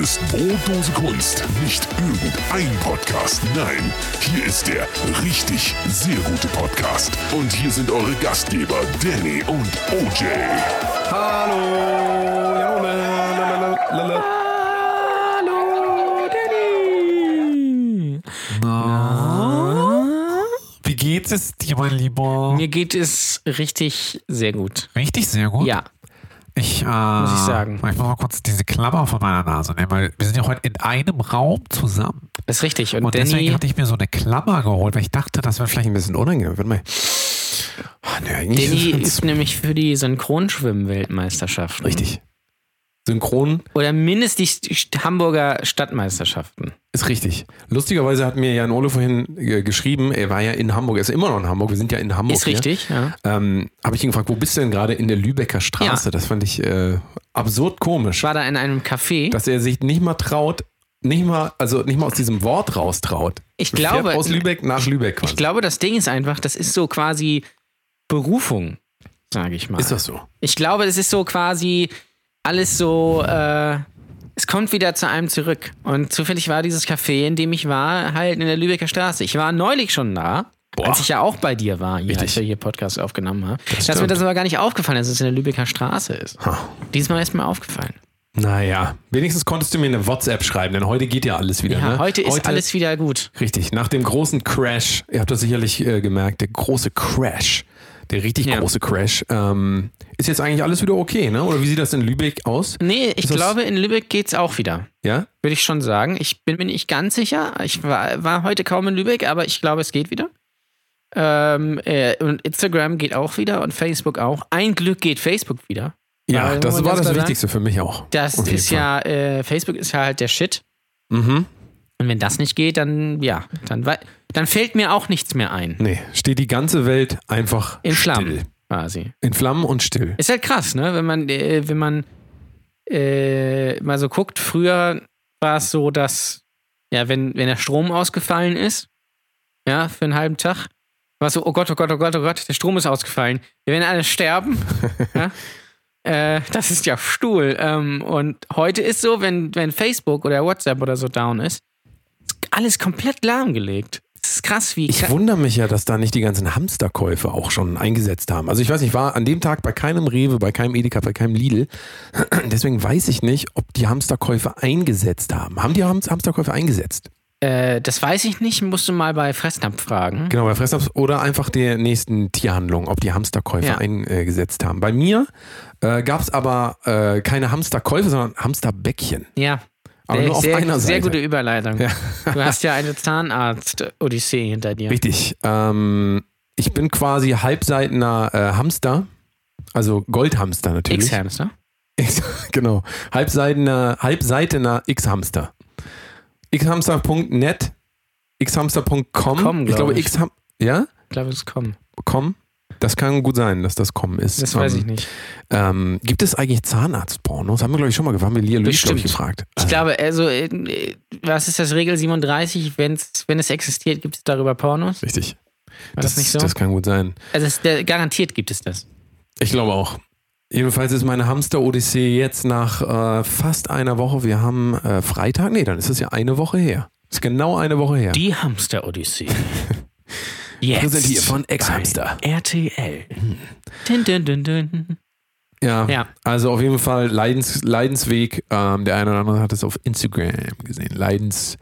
ist Brotdose Kunst. Nicht irgendein Podcast, nein. Hier ist der richtig sehr gute Podcast. Und hier sind eure Gastgeber Danny und OJ. Hallo. Hallo, Danny. Wie geht es dir, mein Lieber? Mir geht es richtig sehr gut. Richtig sehr gut. Ja, Ich, äh, Muss ich sagen. Ich muss mal kurz diese Klammer von meiner Nase nehmen, weil wir sind ja heute in einem Raum zusammen. ist richtig. Und, Und Oh, deswegen Danny, hatte ich mir so eine Klammer geholt, weil ich dachte, das wäre vielleicht ein bisschen unangenehm. Warte mal. Ah, nee, eigentlich Danny ist es ist nämlich für die Synchronschwimmen-Weltmeisterschaften. richtig. Synchron Oder mindestens die St- Hamburger Stadtmeisterschaften. Ist richtig. Lustigerweise hat mir Jan Ole vorhin äh, geschrieben, er war ja in Hamburg, er ist immer noch in Hamburg, wir sind ja in Hamburg. Ist richtig, ja. Hier. Ähm, Habe ich ihn gefragt, wo bist du denn gerade in der Lübecker Straße? Ja. Das fand ich äh, absurd komisch, War da in einem Café. dass er sich nicht mal traut, nicht mal, also nicht mal aus diesem Wort raus traut. Ich Er fährt glaube- Aus Lübeck nach Lübeck quasi. ich glaube, das Ding ist einfach, das ist so quasi Berufung, sage ich mal. ist das so? Ich glaube, es ist so quasi alles so, äh, es kommt wieder zu einem zurück. Und zufällig war dieses Café, in dem ich war, halt in der Lübecker Straße. Ich war neulich schon da. Als ich ja auch bei dir war, hier, als wir hier Podcast aufgenommen haben, dass mir stimmt. das aber gar nicht aufgefallen ist, dass es in der Lübecker Straße ist. Diesmal ist mir aufgefallen. Naja, wenigstens konntest du mir eine WhatsApp schreiben, denn heute geht ja alles wieder. Ja, ne? heute ist alles wieder gut. Richtig, nach dem großen Crash, ihr habt das sicherlich äh, gemerkt, der große Crash, der richtig Ja. große Crash, ähm, ist jetzt eigentlich alles wieder okay, ne? Oder wie sieht das in Lübeck aus? Nee, ich Ist das- glaube, in Lübeck geht's auch wieder. Ja? Würde ich schon sagen. Ich bin mir nicht ganz sicher. Ich war, war heute kaum in Lübeck, aber ich glaube, es geht wieder. Ähm, äh, und Instagram geht auch wieder und Facebook auch. Ein Glück geht Facebook wieder. Ja, Äh, das muss man war ganz klar das sagen. Wichtigste für mich auch. Das Auf jeden ist Fall. ja, äh, Facebook ist ja halt der Shit. Mhm. Und wenn das nicht geht, dann ja, dann, wei- dann fällt mir auch nichts mehr ein. Nee, steht die ganze Welt einfach In Flammen still. quasi. In Flammen und still. Ist halt krass, ne? Wenn man, äh, wenn man äh, mal so guckt, früher war es so, dass, ja, wenn, wenn der Strom ausgefallen ist, ja, für einen halben Tag, war es so, oh Gott, oh Gott, oh Gott, oh Gott, der Strom ist ausgefallen. Wir werden alle sterben. ja? äh, das ist ja Stuhl. Ähm, und heute ist so, wenn, wenn Facebook oder WhatsApp oder so down ist, ist alles komplett lahmgelegt. Es ist krass, wie. Ich wundere mich ja, dass da nicht die ganzen Hamsterkäufe auch schon eingesetzt haben. Also ich weiß nicht, ich war an dem Tag bei keinem Rewe, bei keinem Edeka, bei keinem Lidl. Deswegen weiß ich nicht, ob die Hamsterkäufe eingesetzt haben. Haben die Ham- Hamsterkäufe eingesetzt? äh, das weiß ich nicht, musst du mal bei Fressnapf fragen. Genau, bei Fressnapf oder einfach der nächsten Tierhandlung, ob die Hamsterkäufe Ja. eingesetzt haben. Bei mir äh, gab es aber äh, keine Hamsterkäufe, sondern Hamsterbäckchen. Ja. Aber nur auf sehr, einer Sehr Seite. gute Überleitung. Ja. Du hast ja eine Zahnarzt-Odyssee hinter dir. Richtig. Ähm, ich bin quasi halbseitener äh, Hamster, also Goldhamster natürlich. X-Hamster. X, genau. Halbseitener, halbseitener X-Hamster. xhamster.net, xhamster.com. Com, ich glaube, glaub ich. xham ja? Ich glaube, es kommt. Com? Das kann gut sein, dass das Com ist. Das weiß Ähm, ich nicht. Ähm, gibt es eigentlich Zahnarztpornos? Haben wir, glaube ich, schon mal gefragt. Haben wir Lia Lüsch, glaube ich, Bestimmt. gefragt. Ich Also, glaube, also, äh, äh, was ist das Regel 37? Wenn's, wenn es existiert, gibt es darüber Pornos? War Ah, richtig. das, nicht so? Das kann gut sein. also, es, der, garantiert gibt es das. Ich glaube auch. Jedenfalls ist meine Hamster-Odyssee jetzt nach äh, fast einer Woche. Wir haben äh, Freitag. Nee, dann ist es ja eine Woche her. Ist genau eine Woche her. Die Hamster-Odyssee. Jetzt. Präsentiert von Hm. Ex-Hamster. RTL. Dun, dun, dun, dun. Ja. Ja. Also auf jeden Fall Leidens, Leidensweg. Ähm, der eine oder andere hat es auf Instagram gesehen. Leidens,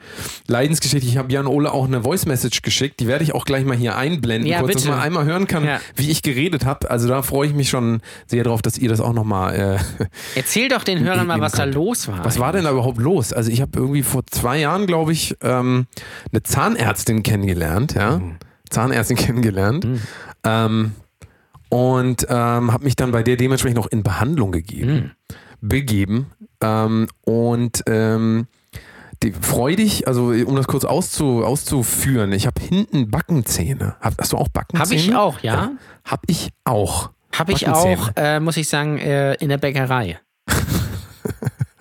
Leidensgeschichte. Ich habe Jan Ole auch eine Voice Message geschickt. Die werde ich auch gleich mal hier einblenden, Ja, kurz, dass bitte. man einmal hören kann, Ja. wie ich geredet habe. Also da freue ich mich schon sehr drauf, dass ihr das auch nochmal. Äh, Erzähl doch den Hörern mal, Eben was da kommt. los war. was war denn da überhaupt los? Also ich habe irgendwie vor zwei Jahren, glaube ich, ähm, eine Zahnärztin kennengelernt. Ja, Hm. Zahnärztin kennengelernt. Ähm, und ähm, habe mich dann bei der dementsprechend auch in Behandlung gegeben Hm. begeben. Ähm, und ähm, die, freudig, also um das kurz auszu, auszuführen, ich habe hinten Backenzähne. Hab, hast du auch Backenzähne? Hab ich auch, ja. Hab ich auch. Hab ich Backenzähne. auch, äh, muss ich sagen, äh, in der Bäckerei.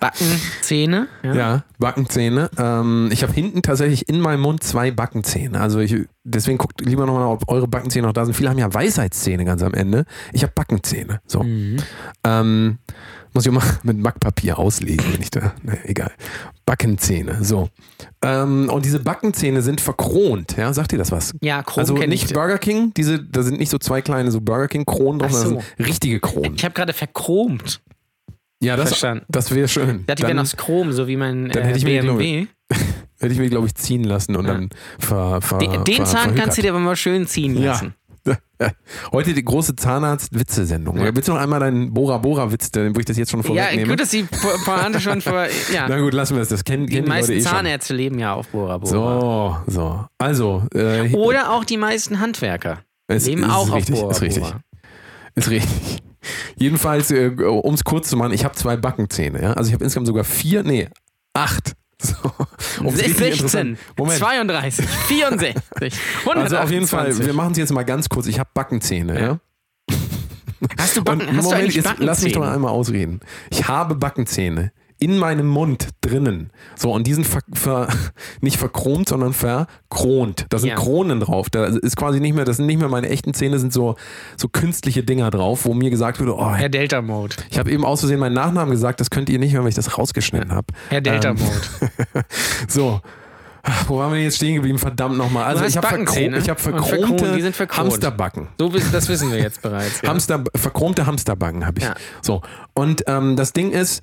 Backenzähne. Ja. Ja, Backenzähne. Ähm, ich habe hinten tatsächlich in meinem Mund zwei Backenzähne. Also ich, deswegen guckt lieber nochmal, ob eure Backenzähne Mhm. noch da sind. Viele haben ja Weisheitszähne ganz am Ende. Ich habe Backenzähne. So. Ähm, Muss ich immer mit Backpapier auslegen, wenn ich da. Na, egal. Backenzähne. So. Ähm, und diese Backenzähne sind verkront, ja? Sagt ihr das was? Ja, Kronen Also kenn nicht ich. Burger King, diese, da sind nicht so zwei kleine so Burger King-Kronen drauf, Ach sondern so. das sind richtige Kronen. Ich habe gerade verchromt. Ja, das, verstanden. das wäre schön. Ich dachte, die wären Dann- aus Chrom, so wie mein äh, dann hätte ich mir BMW. Hätte ich mir, glaube ich, ziehen lassen und Ja. dann ver, ver, Den, den ver, Zahn kannst du verhökert. dir aber mal schön ziehen lassen. Ja. Heute die große Zahnarzt-Witze-Sendung. Ja. Willst du noch einmal deinen Bora-Bora-Witz, den- wo ich das jetzt schon Ja, vorwegnehme? gut, dass die Po- Pointe schon vor. Na Ja, gut, lassen wir das. Das kennen, die kennen die Leute meisten eh schon. Zahnärzte leben ja auf Bora Bora. So, so. Also, äh, Oder auch die meisten Handwerker es leben ist Oh, auch auf richtig, Bora Ist richtig. Bora. Ist richtig. Jedenfalls, äh, um es kurz zu machen, ich habe zwei Backenzähne. Ja? Also ich habe insgesamt sogar vier, nee, acht. So. Um's 16, richtig Oh, interessant- Moment, 32, 64, 100. also auf jeden Fall, wir machen es jetzt mal ganz kurz. Ich habe Backenzähne, ja? Hast du Backen, Und hast Moment, du jetzt lass mich doch mal einmal ausreden. Ich habe Backenzähne in meinem Mund drinnen. So, und die sind ver, ver, nicht verchromt, sondern verkront. Da sind Ja. Kronen drauf. Da ist quasi nicht mehr, das sind nicht mehr meine echten Zähne, sind so, so künstliche Dinger drauf, wo mir gesagt wurde, oh, Herr Delta Mode. ich habe eben aus Versehen meinen Nachnamen gesagt, das könnt ihr nicht hören, weil ich das rausgeschnitten habe. Herr Delta Mode. Ähm. So. Wo waren wir denn jetzt stehen geblieben? Verdammt nochmal. Also hast ich habe Backenzähne verkro ich hab und verkront, die verchromte sind verkront. Hamsterbacken. So, wis- das wissen wir jetzt bereits. Ja. Hamster, verchromte Hamsterbacken habe ich. Ja. So. Und ähm, das Ding ist,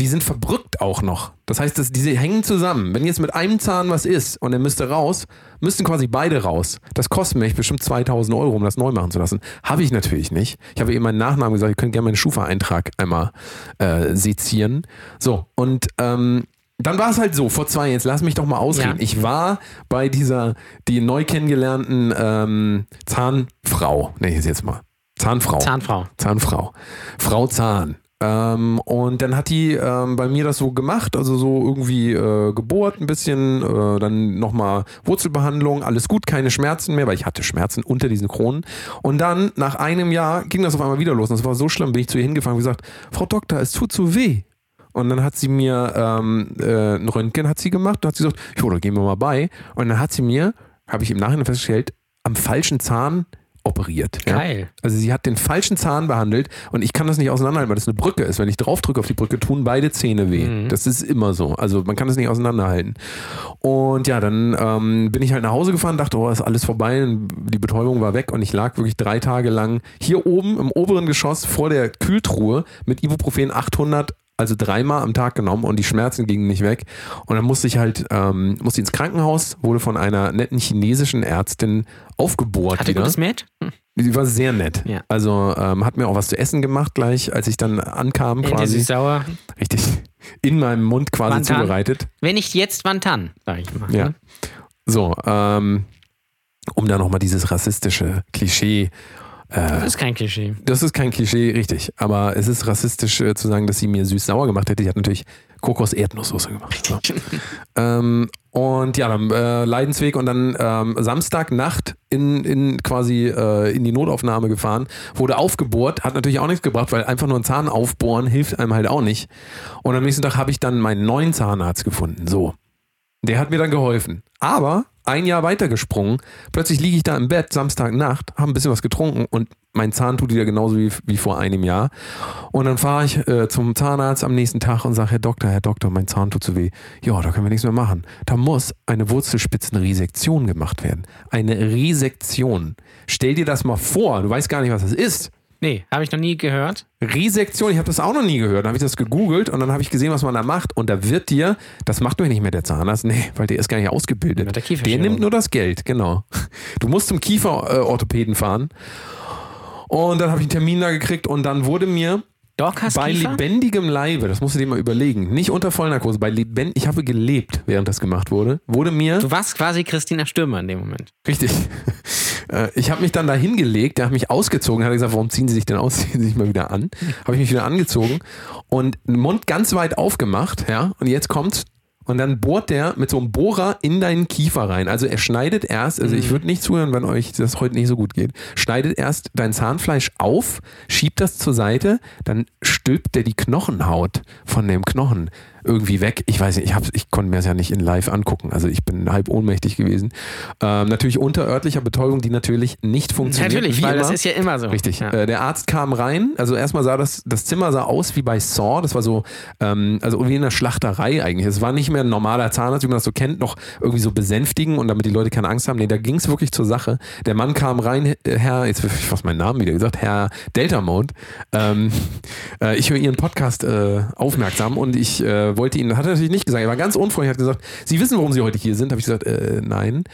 die sind verbrückt auch noch. Das heißt, dass diese hängen zusammen. Wenn jetzt mit einem Zahn was ist und der müsste raus, müssten quasi beide raus. Das kostet mich bestimmt 2000 Euro, um das neu machen zu lassen. Habe ich natürlich nicht. Ich habe eben meinen Nachnamen gesagt, ihr könnt gerne meinen Schufa-Eintrag einmal äh, sezieren. So, und ähm, dann war es halt so, vor zwei, jetzt lass mich doch mal ausreden. Ja. Ich war bei dieser, die neu kennengelernten ähm, Zahnfrau, nenne ich es jetzt mal. Zahnfrau. Zahnfrau. Zahnfrau. Frau Zahn. Ähm, und dann hat die ähm, bei mir das so gemacht, also so irgendwie äh, gebohrt ein bisschen, äh, dann nochmal Wurzelbehandlung, alles gut, keine Schmerzen mehr, weil ich hatte Schmerzen unter diesen Kronen. Und dann nach einem Jahr ging das auf einmal wieder los und das war so schlimm, bin ich zu ihr hingefahren und gesagt, Frau Doktor, es tut so weh. Und dann hat sie mir ähm, äh, ein Röntgen hat sie gemacht und hat sie gesagt, jo, da gehen wir mal bei. Und dann hat sie mir, habe ich im Nachhinein festgestellt, am falschen Zahn operiert. ja. Geil. Also sie hat den falschen Zahn behandelt und ich kann das nicht auseinanderhalten, weil das eine Brücke ist. Wenn ich draufdrücke auf die Brücke, tun beide Zähne weh. Mhm. Das ist immer so. Also man kann das nicht auseinanderhalten. Und ja, dann ähm, bin ich halt nach Hause gefahren, dachte, oh, ist alles vorbei. Und die Betäubung war weg und ich lag wirklich drei Tage lang hier oben im oberen Geschoss vor der Kühltruhe mit Ibuprofen 800 also dreimal am Tag genommen und die Schmerzen gingen nicht weg. Und dann musste ich halt, ähm, musste ins Krankenhaus, wurde von einer netten chinesischen Ärztin aufgebohrt. Hatte wieder. gutes Match? Sie war sehr nett. Ja. Also ähm, hat mir auch was zu essen gemacht gleich, als ich dann ankam Quasi. quasi. sauer. Richtig. In meinem Mund quasi Wantan. zubereitet. Wenn nicht jetzt, wann dann? Sag ich ne? mal. Ja. So, ähm, um da nochmal dieses rassistische Klischee. Das ist kein Klischee. Das ist kein Klischee, richtig. Aber es ist rassistisch äh, zu sagen, dass sie mir süß-sauer gemacht hätte. Die hat natürlich Kokos-Erdnusssoße gemacht. So. Ähm, und ja, dann äh, Leidensweg und dann ähm, Samstagnacht in, in quasi äh, in die Notaufnahme gefahren, wurde aufgebohrt, hat natürlich auch nichts gebracht, weil einfach nur ein Zahn aufbohren hilft einem halt auch nicht. Und am nächsten Tag habe ich dann meinen neuen Zahnarzt gefunden. So. Der hat mir dann geholfen. Aber ein Jahr weitergesprungen, plötzlich liege ich da im Bett, Samstagnacht, habe ein bisschen was getrunken und mein Zahn tut wieder genauso wie, wie vor einem Jahr. Und dann fahre ich äh, zum Zahnarzt am nächsten Tag und sage, Herr Doktor, Herr Doktor, mein Zahn tut so weh. Ja, da können wir nichts mehr machen. Da muss eine Wurzelspitzenresektion gemacht werden. Eine Resektion. Stell dir das mal vor, du weißt gar nicht, was das ist. Nee, habe ich noch nie gehört. Resektion, ich habe das auch noch nie gehört. Dann habe ich das gegoogelt und dann habe ich gesehen, was man da macht. Und da wird dir, das macht doch nicht mehr der Zahnarzt, nee, weil der ist gar nicht ausgebildet. Mit der der Kieferchirurg. nimmt nur das Geld, genau. Du musst zum Kieferorthopäden fahren. Und dann habe ich einen Termin da gekriegt und dann wurde mir Dorcas bei Kiefer? lebendigem Leibe, das musst du dir mal überlegen, nicht unter Vollnarkose, bei lebend, ich habe gelebt, während das gemacht wurde, wurde mir Du warst quasi Christina Stürmer in dem Moment. Richtig. Äh, Ich habe mich dann da hingelegt, der hat mich ausgezogen, hat gesagt, warum ziehen Sie sich denn aus? Ziehen Sie sich mal wieder an. Habe ich mich wieder angezogen und den Mund ganz weit aufgemacht, ja, und jetzt kommt's Und dann bohrt der mit so einem Bohrer in deinen Kiefer rein. Also er schneidet erst, also ich würde nicht zuhören, wenn euch das heute nicht so gut geht, schneidet erst dein Zahnfleisch auf, schiebt das zur Seite, dann stülpt der die Knochenhaut von dem Knochen irgendwie weg. Ich weiß nicht, ich, hab's, ich konnte mir das ja nicht in live angucken. Also ich bin halb ohnmächtig gewesen. Ähm, natürlich unter örtlicher Betäubung, die natürlich nicht funktioniert. Natürlich, wie weil das immer. ist ja immer so. Richtig. Ja. Äh, der Arzt kam rein. Also erstmal sah das, das Zimmer sah aus wie bei Saw. Das war so, ähm, also wie in einer Schlachterei eigentlich. Es war nicht mehr ein normaler Zahnarzt, wie man das so kennt, noch irgendwie so besänftigen und damit die Leute keine Angst haben. Nee, da ging es wirklich zur Sache. Der Mann kam rein, äh, Herr, jetzt habe ich fast meinen Namen wieder gesagt, Herr Deltamond. Ähm, äh, ich höre Ihren Podcast äh, aufmerksam und ich äh, wollte Ihnen, hat er natürlich nicht gesagt, er war ganz unfreundlich, hat gesagt, Sie wissen, warum Sie heute hier sind. Habe ich gesagt, äh, nein.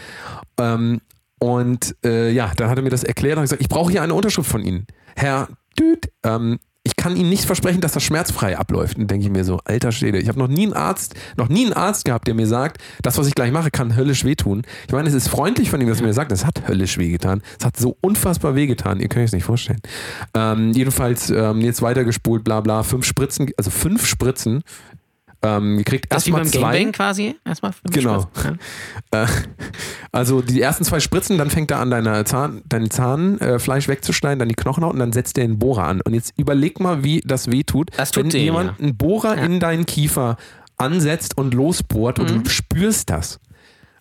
Ähm, und äh, ja, dann hat er mir das erklärt und hat gesagt, ich brauche hier eine Unterschrift von Ihnen. Herr Düt, ähm, ich kann Ihnen nicht versprechen, dass das schmerzfrei abläuft. Und denke ich mir so, alter Schwede, ich habe noch nie einen Arzt, noch nie einen Arzt gehabt, der mir sagt, das, was ich gleich mache, kann höllisch wehtun. Ich meine, es ist freundlich von ihm, dass er mir sagt, es hat höllisch wehgetan. Es hat so unfassbar wehgetan, ihr könnt euch nicht vorstellen. Ähm, jedenfalls, ähm, jetzt weitergespult, bla bla, fünf Spritzen, also fünf Spritzen ähm, gekriegt. Das ist wie Erstmal beim zwei. Gangbang quasi. Erstmal fünf Genau. Spritzen, Äh, Also die ersten zwei Spritzen, dann fängt er an, deine Zahn, dein Zahnfleisch äh, Fleisch wegzuschneiden, dann die Knochenhaut und dann setzt er einen Bohrer an. Und jetzt überleg mal, wie das weh tut, Das tut wenn denen, jemand einen Bohrer in deinen Kiefer ansetzt und losbohrt Mhm. und du spürst das.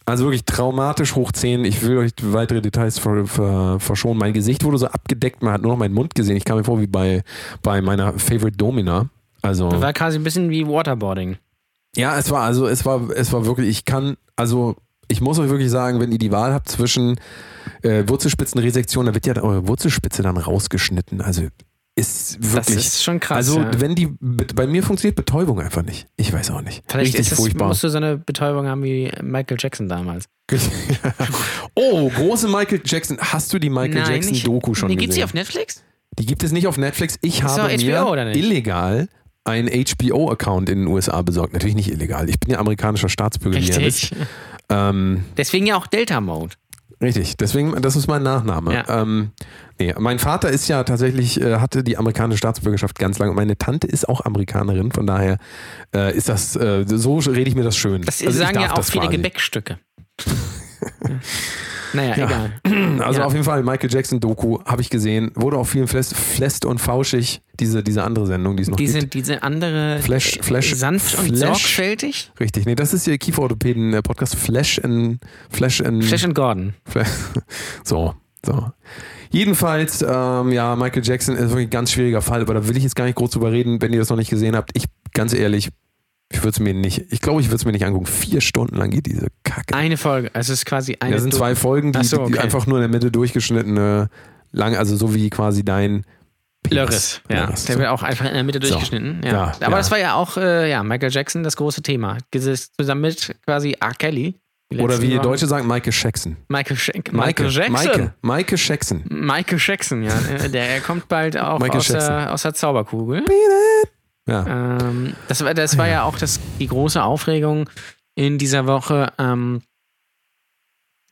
Also wirklich traumatisch hoch 10. Ich will euch weitere Details ver, ver, verschonen. Mein Gesicht wurde so abgedeckt, man hat nur noch meinen Mund gesehen. Ich kam mir vor wie bei, bei meiner Favorite Domina. Also Ja. War quasi ein bisschen wie Waterboarding. ja, es war also, es war, es war wirklich, ich kann, also ich muss euch wirklich sagen, wenn ihr die Wahl habt zwischen äh, Wurzelspitzenresektion, da wird ja eure Wurzelspitze dann rausgeschnitten. Also ist Das wirklich. ist schon krass. also ja. wenn die, bei mir funktioniert Betäubung einfach nicht. Ich weiß auch nicht. Vielleicht Richtig ist das, furchtbar. musst du so eine Betäubung haben wie Michael Jackson damals. oh, große Michael Jackson. Hast du die Michael Nein, Jackson ich- Doku schon nee, gesehen? gibt's die auf Netflix? Die gibt es nicht auf Netflix. Ich Ist habe doch mir HBO oder nicht? illegal einen HBO-Account in den USA besorgt. Natürlich nicht illegal. Ich bin ja amerikanischer Staatsbürger. wie ihr wisst. Ähm, Deswegen ja auch Delta Mode. Richtig, deswegen, das ist mein Nachname. Ja. Ähm, nee, mein Vater ist ja tatsächlich, äh, hatte die amerikanische Staatsbürgerschaft ganz lange und meine Tante ist auch Amerikanerin, von daher äh, ist das, äh, so rede ich mir das schön. Das Also ich sagen darf ja auch das viele quasi. Gebäckstücke. naja, egal. Also Ja. auf jeden Fall, Michael Jackson Doku habe ich gesehen, wurde auf vielen Flest, Flest und Fauschig, diese, diese andere Sendung, die es noch Diese, gibt. diese andere äh, Flash- Flash- sanft und Flash- sorgfältig. Richtig, nee, das ist hier Kieferorthopäden-Podcast Flash in, Flash in, Flash and Gordon. So, so. Jedenfalls, ähm, ja, Michael Jackson ist wirklich ein ganz schwieriger Fall, aber da will ich jetzt gar nicht groß drüber reden, wenn ihr das noch nicht gesehen habt. Ich, ganz ehrlich, ich würde es mir nicht, ich glaube, ich würde es mir nicht angucken. Vier Stunden lang geht diese Kacke. Eine Folge. Also es ist quasi eine. das sind Du- zwei Folgen, die, Ach so, die okay. einfach nur in der Mitte durchgeschnittene, lang, also so wie quasi dein Penis. Lörres, ja. Lörres. Der wird auch einfach in der Mitte So. durchgeschnitten. Ja. Ja, Aber ja. das war ja auch äh, ja, Michael Jackson das große Thema. Dieses, zusammen mit quasi R. Kelly. Die Oder letzten wie die Wochen. Deutsche sagen, Michael Jackson. Michael, Shank- Michael, Michael Jackson. Michael, Michael Jackson. Michael Jackson, ja. Äh, Der, er kommt bald auch Michael aus Jackson. der, aus der Zauberkugel. Ja. Ähm, das, war- Ah, das war ja auch das, die große Aufregung in dieser Woche. Ähm,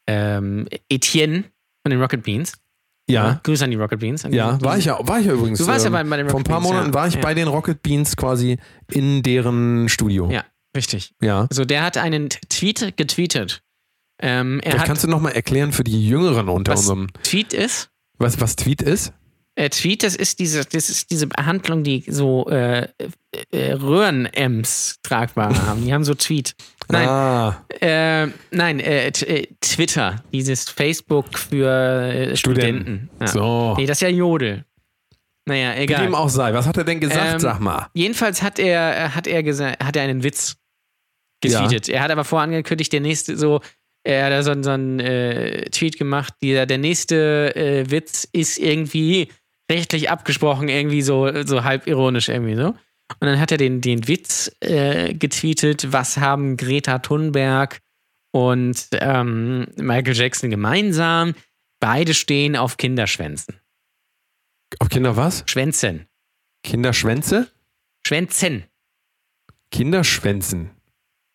ähm, Etienne von den Rocket Beans. ja. Grüße an die Rocket Beans. An Ja, die, war ich ja, war ich ja übrigens. ähm, Du warst ja bei- bei den Vor ein Rocket paar Beans, Monaten ja. war ich Ja. bei den Rocket Beans quasi in deren Studio. Ja, richtig. Ja. So, der hat einen T- Tweet getweetet. Ähm, er Vielleicht hat kannst du nochmal erklären für die Jüngeren unter was unserem, Tweet ist. was, was Tweet ist? Äh, Tweet, das ist diese, das ist diese Handlung, die so äh, äh, Röhren-Ems tragbar haben. Die haben so Tweet. Nein, Ah, äh, nein, äh, t- äh, Twitter, dieses Facebook für äh, Studenten. Studenten. Ja. So. Nee, das ist ja Jodel. Naja, Wie dem egal. auch sei. Was hat er denn gesagt, Ähm, sag mal? Jedenfalls hat er, äh, hat er gesagt, hat er einen Witz getweetet. Er hat aber vorangekündigt, der nächste so, er hat da so, einen- so einen äh, Tweet gemacht, dieser, der nächste äh, Witz ist irgendwie rechtlich abgesprochen, irgendwie so, so halb ironisch irgendwie so. Und dann hat er den, den Witz äh, getweetet, was haben Greta Thunberg und ähm, Michael Jackson gemeinsam? Beide stehen auf Kinderschwänzen. Auf Kinder was? Schwänzen. Kinderschwänze? Schwänzen. Kinderschwänzen.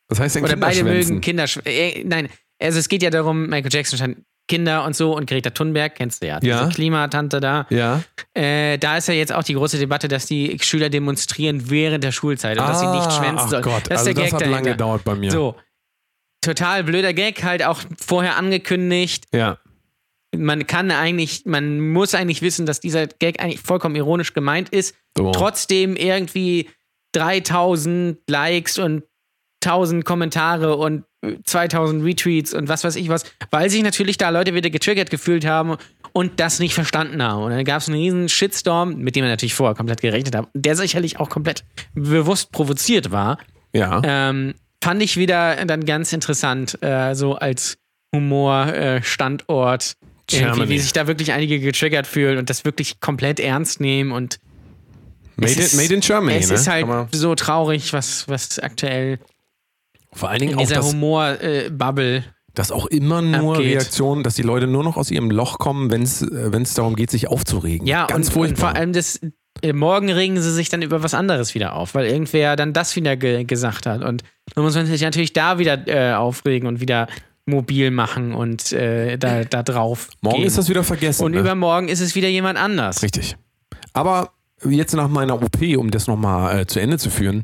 Was heißt denn Oder beide Kinderschwänzen? mögen Kinderschwänzen. Äh, nein, also es geht ja darum, Michael Jackson stand Kinder und so und Greta Thunberg, kennst du ja, diese Ja. Klimatante da. Ja. Äh, da ist ja jetzt auch die große Debatte, dass die Schüler demonstrieren während der Schulzeit und dass sie nicht schwänzen ach sollen. Ah, Gott, das ist also der das Gag hat dahinter. lange gedauert bei mir. So. Total blöder Gag, halt auch vorher angekündigt. Ja. Man kann eigentlich, man muss eigentlich wissen, dass dieser Gag eigentlich vollkommen ironisch gemeint ist. So. Trotzdem irgendwie 3000 Likes und 1000 Kommentare und äh, 2000 Retweets und was weiß ich was, weil sich natürlich da Leute wieder getriggert gefühlt haben und das nicht verstanden haben. Und dann gab es einen riesen Shitstorm, mit dem wir natürlich vorher komplett gerechnet haben, der sicherlich auch komplett bewusst provoziert war. Ja. Ähm, fand ich wieder dann ganz interessant, äh, so als Humor-Standort, äh, Standort, irgendwie, Germany. wie sich da wirklich einige getriggert fühlen und das wirklich komplett ernst nehmen und made, es in, made in Germany. es ne? ist Kann man- halt so traurig, was, was aktuell vor allen Dingen in auch dieser das, Humor-Bubble. äh, dass auch immer nur abgeht. Reaktionen, dass die Leute nur noch aus ihrem Loch kommen, wenn es darum geht, sich aufzuregen. ja, ganz und, und furchtbar. vor allem das. äh, Morgen regen sie sich dann über was anderes wieder auf, weil irgendwer dann das wieder ge gesagt hat. Und dann muss man sich natürlich da wieder äh, aufregen und wieder mobil machen und äh, da, da drauf. Morgen gehen. ist das wieder vergessen. Und ne? übermorgen ist es wieder jemand anders. Richtig. Aber jetzt nach meiner OP, um das nochmal äh, zu Ende zu führen,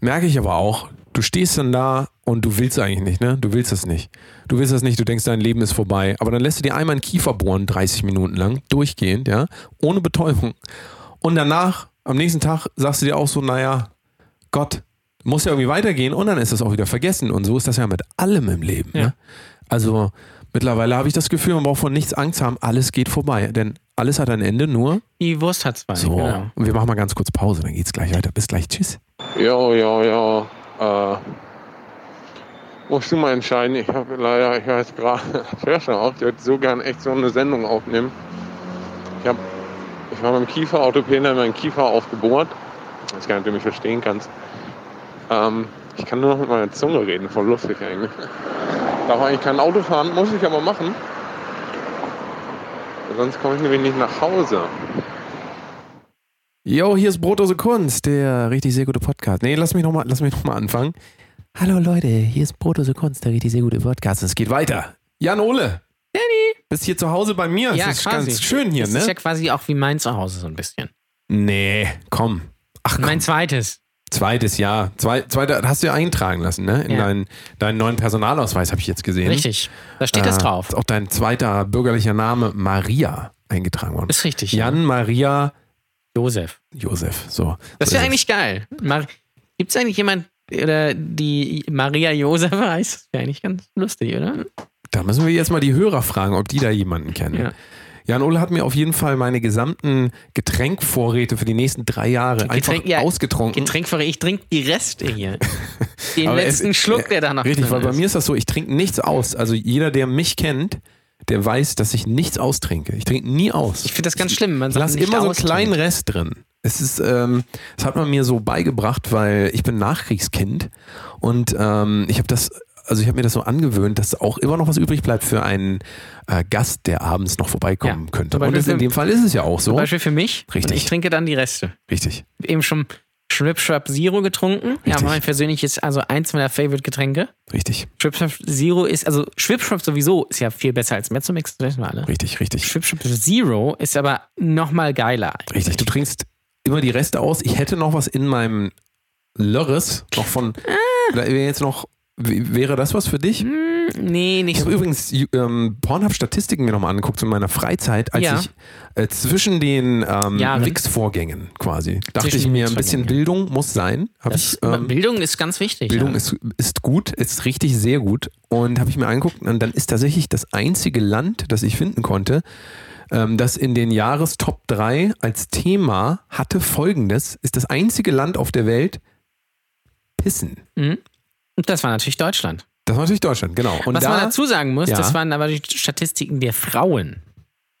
merke ich aber auch, du stehst dann da und du willst eigentlich nicht, ne? Du willst es nicht. Du willst es nicht, du denkst, dein Leben ist vorbei. Aber dann lässt du dir einmal einen Kiefer bohren, 30 Minuten lang, durchgehend, ja? Ohne Betäubung. Und danach, am nächsten Tag, sagst du dir auch so, naja, Gott, muss ja irgendwie weitergehen und dann ist das auch wieder vergessen. Und so ist das ja mit allem im Leben. Ja. Ne? Also mittlerweile habe ich das Gefühl, man braucht von nichts Angst haben, alles geht vorbei. Denn alles hat ein Ende, nur Die Wurst hat zwei. so. Genau. Und wir machen mal ganz kurz Pause, dann geht's gleich weiter. Bis gleich. Tschüss. Ja, ja, ja. Äh, musst du mal entscheiden. Ich habe leider, ich weiß gerade, ich höre schon auf, ich würde so gern echt so eine Sendung aufnehmen. Ich, hab, ich war beim Kieferorthopäden, meinen Kiefer aufgebohrt. Ich weiß gar nicht, ob du mich verstehen kannst. Ähm, ich kann nur noch mit meiner Zunge reden, voll lustig eigentlich. Darf eigentlich kein Auto fahren, muss ich aber machen. Sonst komme ich nämlich nicht nach Hause. Yo, hier ist Brotdose Kunst, der richtig sehr gute Podcast. Nee, lass mich nochmal noch mal- lass mich noch mal anfangen. Hallo Leute, hier ist Brotdose Kunst, der richtig sehr gute Podcast. Es geht weiter. Jan Ole. Danny. Bist hier zu Hause bei mir. Ja, das ist quasi. ganz schön hier, Das ne? ist ja quasi auch wie mein Zuhause so ein bisschen. nee, komm. Ach komm. Mein zweites. Zweites Jahr. Zwei, zweiter, hast du ja eintragen lassen, ne? In Ja. deinen, deinen neuen Personalausweis habe ich jetzt gesehen. Richtig. Da steht das Ah, drauf. Ist auch dein zweiter bürgerlicher Name Maria eingetragen worden. Ist richtig. Jan Maria Josef. Josef. So. Das So wäre ist eigentlich geil. Gibt es eigentlich jemand, oder die Maria Josef heißt? Das wäre eigentlich ganz lustig, oder? es. Da müssen wir jetzt mal die Hörer fragen, ob die da jemanden kennen. Ja. Jan Ole hat mir auf jeden Fall meine gesamten Getränkvorräte für die nächsten drei Jahre Getränk- einfach ja, ausgetrunken. Getränk für ich trinke die Reste hier. Den Aber es- letzten Schluck, der da noch Richtig, drin weil bei ist. mir ist das so, ich trinke nichts aus. Also jeder, der mich kennt, der weiß, dass ich nichts austrinke. Ich trinke nie aus. Ich finde das ganz schlimm. Man sagt Lass nicht immer so einen austrinken. kleinen Rest drin. Es ist, ähm, das hat man mir so beigebracht, weil ich bin Nachkriegskind und ähm, ich habe das, also ich habe mir das so angewöhnt, dass auch immer noch was übrig bleibt für einen äh, Gast, der abends noch vorbeikommen Ja. könnte. Zum Und Beispiel das in für- dem Fall ist es ja auch Zum so. Beispiel für mich. Und Richtig. ich trinke dann die Reste. Richtig. eben schon Schwip Schwap Zero getrunken. Ja, Richtig. mein persönliches, also eins meiner Favorite-Getränke. Richtig, Schwip Schwap Zero ist, also Schwip Schwap sowieso ist ja viel besser als Mezzomix, das wissen wir alle. richtig, richtig. Schwip Schwap Zero ist aber nochmal geiler. Richtig. Du trinkst immer die Reste aus. Ich hätte noch was in meinem Lörres, noch von, Ah. da wäre jetzt noch, w- wäre das was für Hm. dich? Nee, nicht Ich so. habe übrigens ähm, Pornhub-Statistiken mir nochmal angeguckt zu meiner Freizeit, als Ja. ich äh, zwischen den ähm, Jahren. Wix-Vorgängen quasi, dachte Zwischen ich den mir, ein bisschen Wix-Vorgängen, Bildung muss sein. Hab Das, ich, ähm, Bildung ist ganz wichtig. Bildung ja. ist, ist gut, ist richtig sehr gut. Und habe ich mir angeguckt und dann ist tatsächlich das einzige Land, das ich finden konnte, ähm, das in den Jahrestop 3 als Thema hatte folgendes, ist das einzige Land auf der Welt, Pissen. Und das war natürlich Deutschland. Das war natürlich Deutschland, genau. Und Was da, man dazu sagen muss, Ja. das waren aber die Statistiken der Frauen.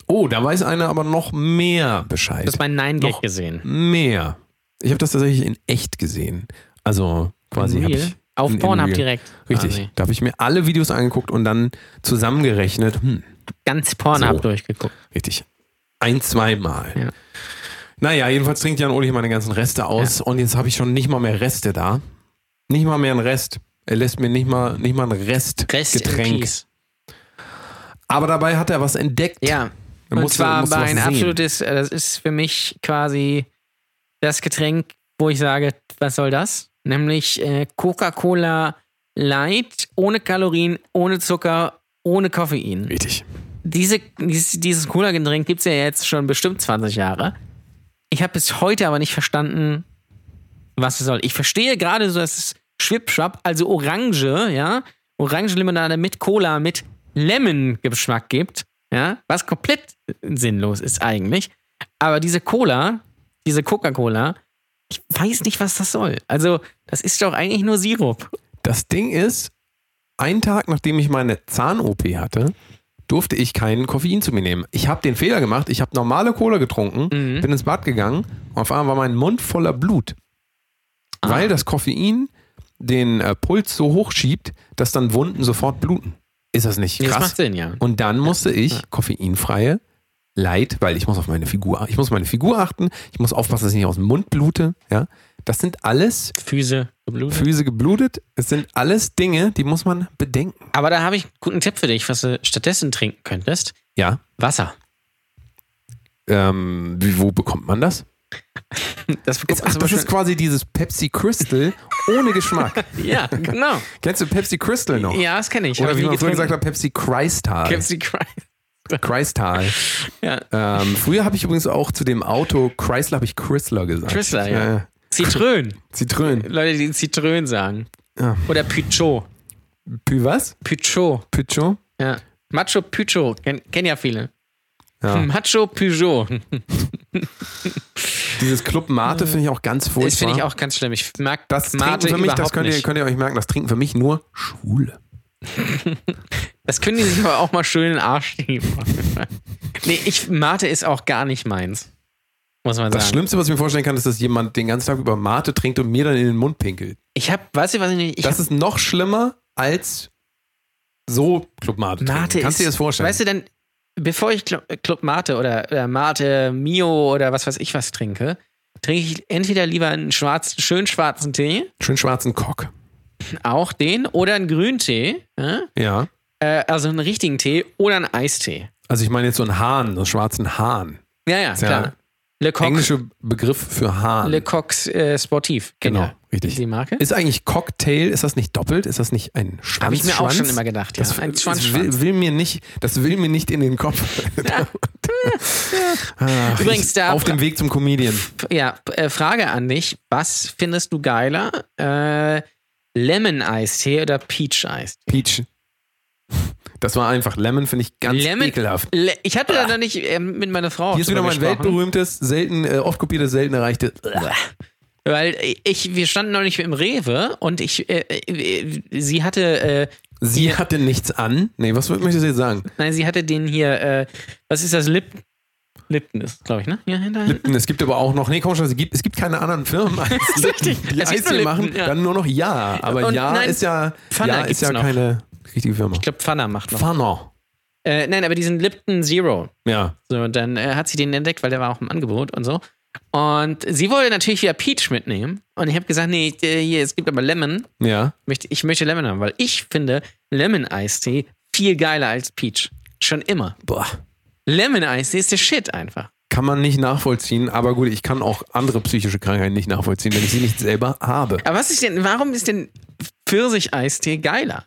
oh, da weiß einer aber noch mehr Bescheid. Das ist mein Nein-Gag Noch- gesehen. Mehr. Ich habe das tatsächlich in echt gesehen. Also quasi habe Real? ich. in- Auf in Pornhub Real. direkt. Ah, Richtig. quasi. Da habe ich mir alle Videos angeguckt und dann zusammengerechnet. Hm, Ganz Pornhub So. durchgeguckt. richtig. Ein, zweimal. Ja. Naja, jedenfalls trinkt Jan Oli meine ganzen Reste aus und jetzt habe ich schon nicht mal mehr Reste da. Nicht mal mehr einen Rest. Er lässt mir nicht mal, nicht mal einen Rest, Rest in Getränk. Peace. Aber dabei hat er was entdeckt. Ja. Da und musst du- zwar musst du war was ein sehen. absolutes, äh, das ist für mich quasi das Getränk, wo ich sage, was soll das? Nämlich äh, Coca-Cola Light, ohne Kalorien, ohne Zucker, ohne Koffein. Richtig. Diese, dieses, dieses Cola-Getränk gibt es ja jetzt schon bestimmt 20 Jahre. Ich habe bis heute aber nicht verstanden, was es soll. Ich verstehe gerade so, dass es Schwipschwapp, also Orange, ja, Orangenlimonade mit Cola, mit Lemon-Geschmack gibt, ja, was komplett sinnlos ist eigentlich. Aber diese Cola, diese Coca-Cola, ich weiß nicht, was das soll. Also, das ist doch eigentlich nur Sirup. Das Ding ist, einen Tag nachdem ich meine Zahn-OP hatte, durfte ich keinen Koffein zu mir nehmen. Ich habe den Fehler gemacht, ich habe normale Cola getrunken, Mhm. bin ins Bad gegangen und auf einmal war mein Mund voller Blut. Ah. Weil das Koffein den äh, Puls so hoch schiebt, dass dann Wunden sofort bluten. Ist das nicht Das krass? macht Sinn, ja. Und dann musste ich koffeinfreie Light, weil ich muss auf meine Figur, ich muss meine Figur achten, ich muss aufpassen, dass ich nicht aus dem Mund blute, ja. Das sind alles Füße, Blut. Füße geblutet. Es sind alles Dinge, die muss man bedenken. Aber da habe ich einen guten Tipp für dich, was du stattdessen trinken könntest. Ja. Wasser. Ähm, wie, wo bekommt man das? Das bekommt ach, man zum das ist Beispiel- quasi dieses Pepsi Crystal ohne Geschmack. Ja, genau. Kennst du Pepsi Crystal noch? Ja, das kenne ich. Oder Hab wie ich man nie früher gesagt getrunken. hat, Pepsi Chrystal. Pepsi Christ. Chrystal. Ja. Ähm, früher habe ich übrigens auch zu dem Auto Chrysler habe ich Chrysler gesagt. Chrysler, ja. Äh, Zitrön. Zitrönen. Leute, die Zitrön sagen. Ja. Oder Pycho. Pü was? Pycho. Pücho? Ja. Macho Pycho. Ken, kennen ja viele. Ja. Macho Peugeot. Dieses Club Mate finde ich auch ganz furchtbar. Äh, Das finde ich auch ganz schlimm. Ich mag das Mate Trinken für mich, überhaupt das könnt ihr, nicht. könnt ihr euch merken, das trinken für mich nur Schwule. Das können die sich aber auch mal schön in den Arsch nehmen. nee, ich, Mate ist auch gar nicht meins. Muss man Das sagen. Schlimmste, was ich mir vorstellen kann, ist, dass jemand den ganzen Tag über Mate trinkt und mir dann in den Mund pinkelt. Ich habe, weißt du, was ich nicht. Ich das ist noch schlimmer als so Club Mate. trinken. Mate Kannst ist, du dir das vorstellen? Weißt du, dann, bevor ich Club, Club Mate oder, oder Mate Mio oder was weiß ich was trinke, trinke ich entweder lieber einen schwarzen, schön schwarzen Tee, Schön schwarzen Cock. auch den, oder einen Grüntee, ja? Ja. äh, also einen richtigen Tee oder einen Eistee. Also ich meine jetzt so einen Hahn, so einen schwarzen Hahn. Ja, ja, klar. Le Coq, Englischer Begriff für Hahn. Le Coq äh, Sportif. kennt Genau, ihr richtig. Die Marke? ist eigentlich Cocktail, ist das nicht doppelt? Ist das nicht ein Schwanz? Habe ich mir auch schon immer gedacht. Ja. Das, Ein das Schwanzschwanz. will, will mir nicht, das will mir nicht in den Kopf. Ach, Übrigens, da- auf dem Weg zum Comedian. Ja, äh, Frage an dich. Was findest du geiler? Äh, Lemon-Eistee oder Peach-Eistee? Peach. Das war einfach Lemon, finde ich ganz Lemon- ekelhaft. Le ich hatte da noch nicht ähm, mit meiner Frau. Ah. Hier ist drüber wieder mein gesprochen, weltberühmtes, selten, äh, oft kopiertes, selten erreichtes. Weil ich, wir standen neulich im Rewe und ich, äh, äh, sie hatte, äh, Sie hatte nichts an. Nee, was möchtest du jetzt sagen? nein, sie hatte den hier, äh, was ist das, Lip Lipton ist, glaube ich, ne? Ja, hinter. Lipton, es gibt aber auch noch, nee, komm schon, es gibt, es gibt keine anderen Firmen, als Lipton, die es gibt Eistee nur machen, Lipton, ja. dann nur noch Ja. Aber Und Ja nein, ist ja, Pfanne ja, gibt's ist ja noch. keine richtige Firma. Ich glaube, Pfanner macht noch. Pfanner. Äh, nein, aber diesen Lipton Zero. Ja. So, und dann äh, hat sie den entdeckt, weil der war auch im Angebot und so. Und sie wollte natürlich wieder Peach mitnehmen. Und ich habe gesagt, nee, äh, hier, es gibt aber Lemon. Ja. Möchte- Ich möchte Lemon haben, weil ich finde Lemon-Eistee viel geiler als Peach. Schon immer. Boah. Lemon-Eistee ist der Shit einfach. Kann man nicht nachvollziehen, aber gut, ich kann auch andere psychische Krankheiten nicht nachvollziehen, wenn ich sie nicht selber habe. Aber was ist denn, warum ist denn Pfirsicheistee geiler?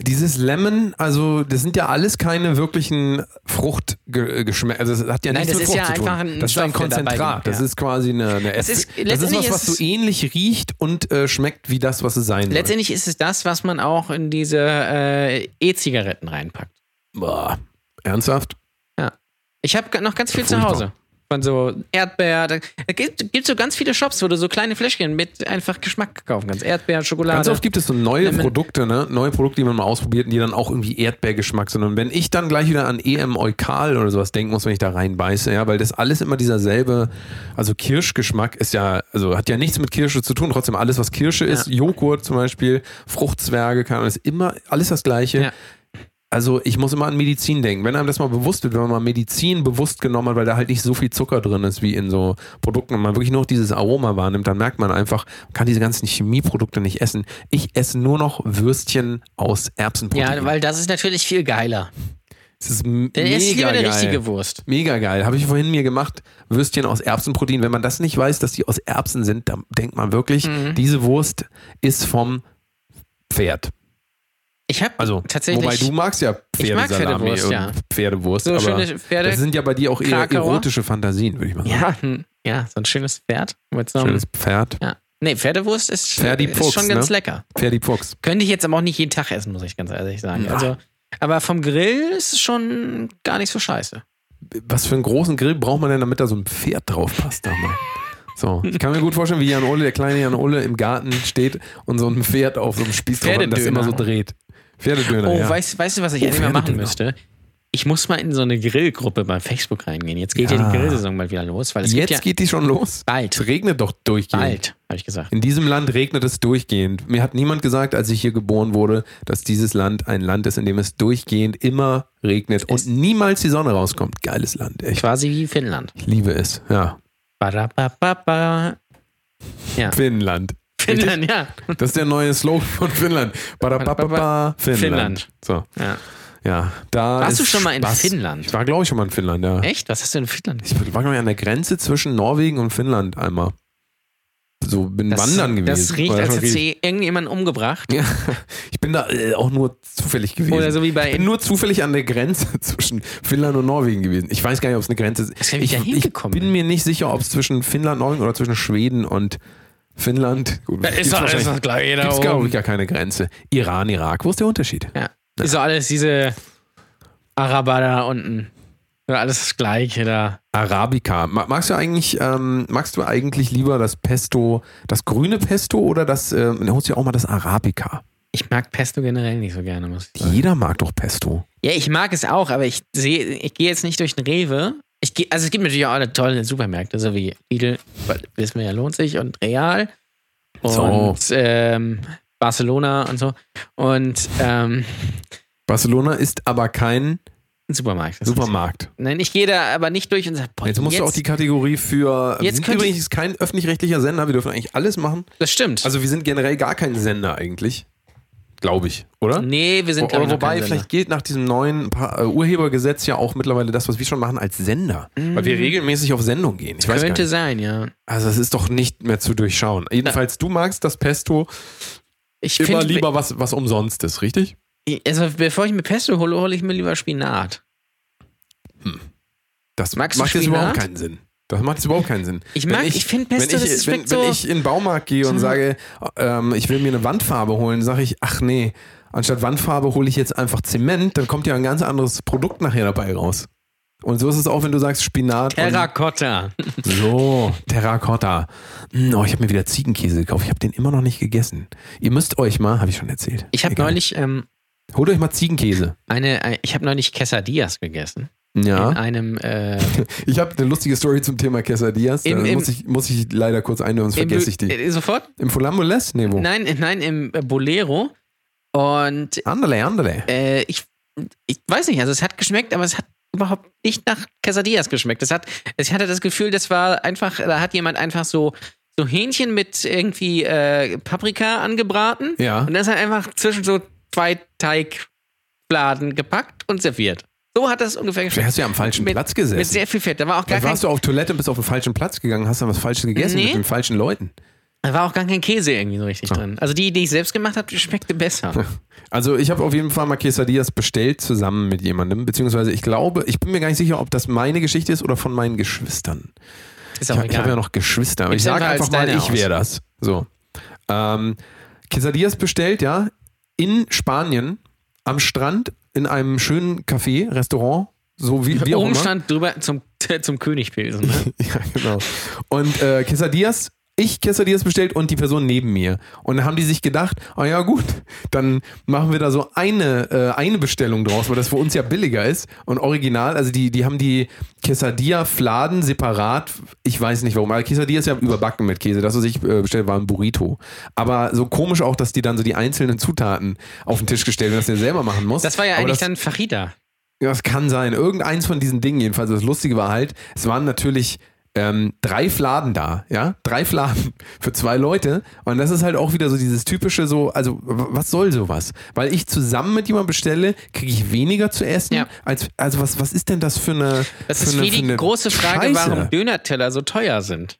Dieses Lemon, also das sind ja alles keine wirklichen Fruchtgeschmäcker. Also das hat ja Nein, das nichts mit ist Frucht ja zu tun. einfach ein das ist ein Stoff, der dabei Konzentrat. liegt, Das ja. ist quasi eine, eine Es ist- Das ist letztendlich was, ist was so es- ähnlich riecht und äh, schmeckt wie das, was es sein soll. Letztendlich ist es das, was man auch in diese äh, E-Zigaretten reinpackt. Boah. Ernsthaft? Ich habe noch ganz viel zu Furchtbar. Hause. Von so Erdbeer. Da, da gibt es so ganz viele Shops, wo du so kleine Fläschchen mit einfach Geschmack kaufen kannst. Erdbeer, Schokolade. Ganz oft gibt es so neue Lemon. Produkte, ne? neue Produkte, die man mal ausprobiert und die dann auch irgendwie Erdbeergeschmack sind. Und wenn ich dann gleich wieder an EM Eukal oder sowas denken muss, wenn ich da reinbeiße, ja, weil das alles immer dieser selbe, also Kirschgeschmack ist ja, also hat ja nichts mit Kirsche zu tun, trotzdem alles, was Kirsche ist, Joghurt zum Beispiel, Fruchtzwerge, kann ist immer alles das Gleiche. Ja. Also ich muss immer an Medizin denken. Wenn einem das mal bewusst wird, wenn man mal Medizin bewusst genommen hat, weil da halt nicht so viel Zucker drin ist wie in so Produkten und man wirklich nur noch dieses Aroma wahrnimmt, dann merkt man einfach, man kann diese ganzen Chemieprodukte nicht essen. Ich esse nur noch Würstchen aus Erbsenprotein. ja, weil das ist natürlich viel geiler. Es ist m- Dann esse ich lieber mega eine geil. richtige Wurst. Mega geil. Habe ich vorhin mir gemacht. Würstchen aus Erbsenprotein. Wenn man das nicht weiß, dass die aus Erbsen sind, dann denkt man wirklich, Mhm. diese Wurst ist vom Pferd. Ich habe Also, tatsächlich. wobei du magst ja Ich mag Pferdesalami Pferdewurst, und ja. Pferdewurst. So aber schöne Pferde- Das sind ja bei dir auch eher Krakauer. erotische Fantasien, würde ich mal sagen. ja, ein- ja, so ein schönes Pferd. Mit so einem, Schönes Pferd. ja. Nee, Pferdewurst ist, ist Pferdipuchs, schon ganz ne? lecker. Pferdipuchs. Könnte ich jetzt aber auch nicht jeden Tag essen, muss ich ganz ehrlich sagen. Ja. Also, aber vom Grill ist es schon gar nicht so scheiße. was für einen großen Grill braucht man denn, damit da so ein Pferd drauf passt? Da mal? So, ich kann mir gut vorstellen, wie Jan Ole, der kleine Jan Ole im Garten steht und so ein Pferd auf so einem Spieß drauf hat und das Pferdedöner. immer so dreht. Pferdedöner, Oh, ja. weißt, weißt du, was ich eigentlich mal machen Pferdedöner. müsste? Ich muss mal in so eine Grillgruppe bei Facebook reingehen. Jetzt geht ja, Ja. die Grillsaison mal wieder los, weil es gibt Jetzt ja geht die schon los. Es bald, regnet doch durchgehend. bald, habe ich gesagt. In diesem Land regnet es durchgehend. Mir hat niemand gesagt, als ich hier geboren wurde, dass dieses Land ein Land ist, in dem es durchgehend immer regnet und niemals die Sonne rauskommt. Geiles Land. Ich Quasi wie Finnland. liebe es. Ja. Badabababa. Finnland. Finnland, ja. Das ist der neue Slogan von Finnland. Badababa, Finnland. Finnland. So, ja. ja. Da Warst du ist schon mal in Spaß. Finnland? Ich war, glaube ich, schon mal in Finnland, ja. Echt? Was hast du in Finnland? Ich war, glaube ich, an der Grenze zwischen Norwegen und Finnland einmal. So bin wandern gewesen. Das riecht, War als schon hätte sie irgendjemanden umgebracht. Ja, ich bin da äh, auch nur zufällig gewesen. Oder so wie bei- ich bin nur zufällig an der Grenze zwischen Finnland und Norwegen gewesen. Ich weiß gar nicht, ob es eine Grenze ist. gar nicht, wie ich da ich hingekommen ne? bin. bin mir nicht sicher, ob es zwischen Finnland, Norwegen oder zwischen Schweden und Finnland. Gut, Äh, gibt's wahrscheinlich- klar, jeder Gibt's, glaube ich, gar keine Grenze. Iran, Irak, wo ist der Unterschied? Ja. Ist doch alles diese Araber da unten. Ja, alles das Gleiche da. Arabica. Ma- Magst du eigentlich, ähm, magst du eigentlich lieber das Pesto, das grüne Pesto oder das, ähm, da holst du ja auch mal das Arabica. Ich mag Pesto generell nicht so gerne, muss ich sagen. Jeder mag doch Pesto. Ja, ich mag es auch, aber ich sehe, ich gehe jetzt nicht durch den Rewe. Ich gehe, also es gibt natürlich auch alle tolle Supermärkte, so wie Lidl, weil wissen wir ja, lohnt sich und Real und So. ähm, Barcelona und so. Und ähm, Barcelona ist aber kein ein Supermarkt. Das Supermarkt. heißt- Nein, ich gehe da aber nicht durch und sage, boah, Jetzt musst du auch die Kategorie für. wir Also Jetzt sind könnte- übrigens kein öffentlich-rechtlicher Sender, wir dürfen eigentlich alles machen. Das stimmt. Also wir sind generell gar kein Sender eigentlich. Glaube ich, oder? nee, wir sind ne? Oder glaube ich noch wobei, kein Sender. vielleicht gilt nach diesem neuen Pa- äh, Urhebergesetz ja auch mittlerweile das, was wir schon machen, als Sender. Weil wir regelmäßig auf Sendung gehen. Ich Mhm. weiß gar Könnte nicht. sein, ja. Also es ist doch nicht mehr zu durchschauen. Jedenfalls, du magst das Pesto Ich immer finde lieber was, was umsonst ist, richtig? Also bevor ich mir Pesto hole, hole ich mir lieber Spinat. Das Magst du macht jetzt überhaupt Spinat? keinen Sinn. Das macht jetzt überhaupt keinen Sinn. Ich Wenn mag- ich find Pesto, wenn das ich, ist wenn, schmeckt so- Mhm. wenn ich in den Baumarkt gehe und sage, ähm, ich will mir eine Wandfarbe holen, sage ich, ach nee, anstatt Wandfarbe hole ich jetzt einfach Zement, dann kommt ja ein ganz anderes Produkt nachher dabei raus. Und so ist es auch, wenn du sagst Spinat. Terracotta. und so, Terracotta. Hm, Oh, ich habe mir wieder Ziegenkäse gekauft. Ich habe den immer noch nicht gegessen. Ihr müsst euch mal, habe ich schon erzählt. Ich habe Egal. neulich ähm, Holt euch mal Ziegenkäse. eine, ein- ich habe neulich Quesadillas gegessen. Ja. In einem äh, Ich habe eine lustige Story zum Thema Quesadillas. Im- da im- muss, ich, muss ich leider kurz einhören, sonst im vergesse Bü- ich die. Oh. äh, Sofort? Im Fulambules? Nee, wo? Nein, äh, nein, im äh, Bolero. Und Anderle, anderle. äh, ich, ich weiß nicht, also es hat geschmeckt, aber es hat überhaupt nicht nach Quesadillas geschmeckt. Es hat, ich hatte das Gefühl, das war einfach, da hat jemand einfach so, so Hähnchen mit irgendwie äh, Paprika angebraten. Ja. Und das hat einfach zwischen so zwei Teigbladen gepackt und serviert. So hat das ungefähr Da geschmeckt. hast du ja am falschen Mit- Platz Mit gesessen. sehr viel Fett. Da war auch gar, Vielleicht kein, warst du auf Toilette und bist auf den falschen Platz gegangen, hast dann was Falsches gegessen Nee. mit den falschen Leuten. da war auch gar kein Käse irgendwie so Ah. richtig drin. Also die, die ich selbst gemacht habe, die schmeckte besser. Also ich habe auf jeden Fall mal Quesadillas bestellt zusammen mit jemandem, beziehungsweise ich glaube, ich bin mir gar nicht sicher, ob das meine Geschichte ist oder von meinen Geschwistern. Ist Ich, auch hab- ich habe ja egal. noch Geschwister, aber Gib's ich sage einfach als einfach mal, deine ich wäre das. So. Ähm, Quesadillas bestellt, ja, in Spanien, am Strand, in einem schönen Café, Restaurant, so wie, wie auch immer. Umstand drüber zum, zum Königpilsen. Ne? Ja, genau. Und äh, Quesadillas, ich Quesadillas bestellt und die Person neben mir. Und dann haben die sich gedacht, oh ja gut, dann machen wir da so eine, äh, eine Bestellung draus, weil das für uns ja billiger ist. Und original, also die, die haben die Quesadilla-Fladen separat, ich weiß nicht warum, aber Quesadilla ist ja überbacken mit Käse. Das, was ich äh, bestellt war ein Burrito. Aber so komisch auch, dass die dann so die einzelnen Zutaten auf den Tisch gestellt werden, dass du das selber machen musst. Das war ja Aber eigentlich das- dann Farida. ja, es kann sein. Irgendeins von diesen Dingen jedenfalls. Das Lustige war halt, es waren natürlich äh, ähm, drei Fladen da, ja, drei Fladen für zwei Leute. Und das ist halt auch wieder so dieses typische, so, also w- was soll sowas? Weil ich zusammen mit jemandem bestelle, kriege ich weniger zu essen. Ja. Als, also was, was ist denn das für eine? Das für ist eine, wie für die eine große Frage, Scheiße? warum Dönerteller so teuer sind.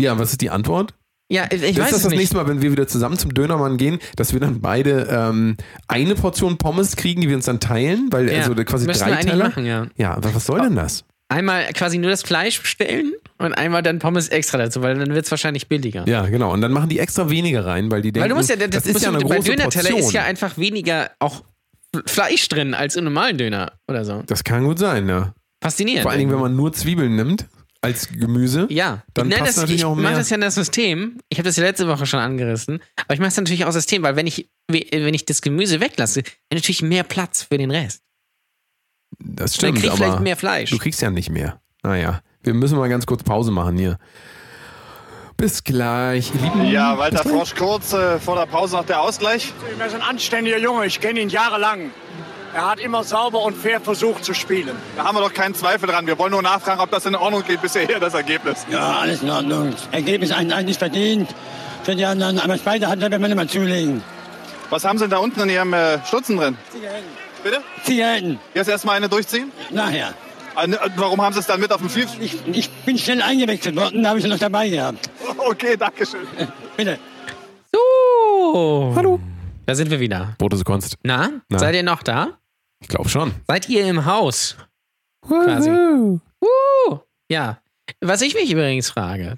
Ja, was ist die Antwort? Ja, ich ich weiß das ist das es das nicht. nächste Mal, wenn wir wieder zusammen zum Dönermann gehen, dass wir dann beide ähm, eine Portion Pommes kriegen, die wir uns dann teilen, weil Ja. also quasi Müssen wir drei eigentlich Teller. machen, Oh. ja. ja, aber was soll denn das? Einmal quasi nur das Fleisch bestellen und einmal dann Pommes extra dazu, weil dann wird es wahrscheinlich billiger. Ja, genau. Und dann machen die extra weniger rein, weil die denken, Weil du musst ja, das, das, ist musst ja du- eine bei große Dönerteller Portion. ist ja einfach weniger auch Fleisch drin als in normalen Döner oder so. das kann gut sein, ne? Faszinierend. Vor allen Dingen, wenn man nur Zwiebeln nimmt als Gemüse. ja, Dann Nein, passt das, natürlich ich auch mache mehr. das ja in das System. Ich habe das ja letzte Woche schon angerissen, aber ich mache es natürlich aus System, weil wenn ich wenn ich das Gemüse weglasse, dann natürlich mehr Platz für den Rest. Das Dann stimmt, krieg ich aber vielleicht mehr Fleisch. du kriegst ja nicht mehr. Naja, wir müssen mal ganz kurz Pause machen hier. Bis gleich, ihr Lieben. Ja, Walter Frosch kurz äh, vor der Pause noch der Ausgleich. Er ist ein anständiger Junge, ich kenne ihn jahrelang. Er hat immer sauber und fair versucht zu spielen. Da haben wir doch keinen Zweifel dran. Wir wollen nur nachfragen, ob das in Ordnung geht bisher hier, das Ergebnis. Ja, alles in Ordnung. Ergebnis ein- eigentlich verdient. Für die anderen. Aber Speicher hat werden wir nicht mal zulegen. Was haben Sie denn da unten in Ihrem äh, Stutzen drin? Zigaretten. Bitte? Zigaretten. Jetzt erstmal eine durchziehen? Nachher. Äh, ne, äh, Warum haben Sie es dann mit auf dem Fief? Ich, ich bin schnell eingewechselt worden, da habe ich sie noch dabei gehabt. Okay, Dankeschön. Bitte. So. Hallo. Da sind wir wieder. Bote, du konntest. Na, Na? seid ihr noch da? Ich glaube schon. Seid ihr im Haus? Quasi. Uh, ja. Was ich mich übrigens frage,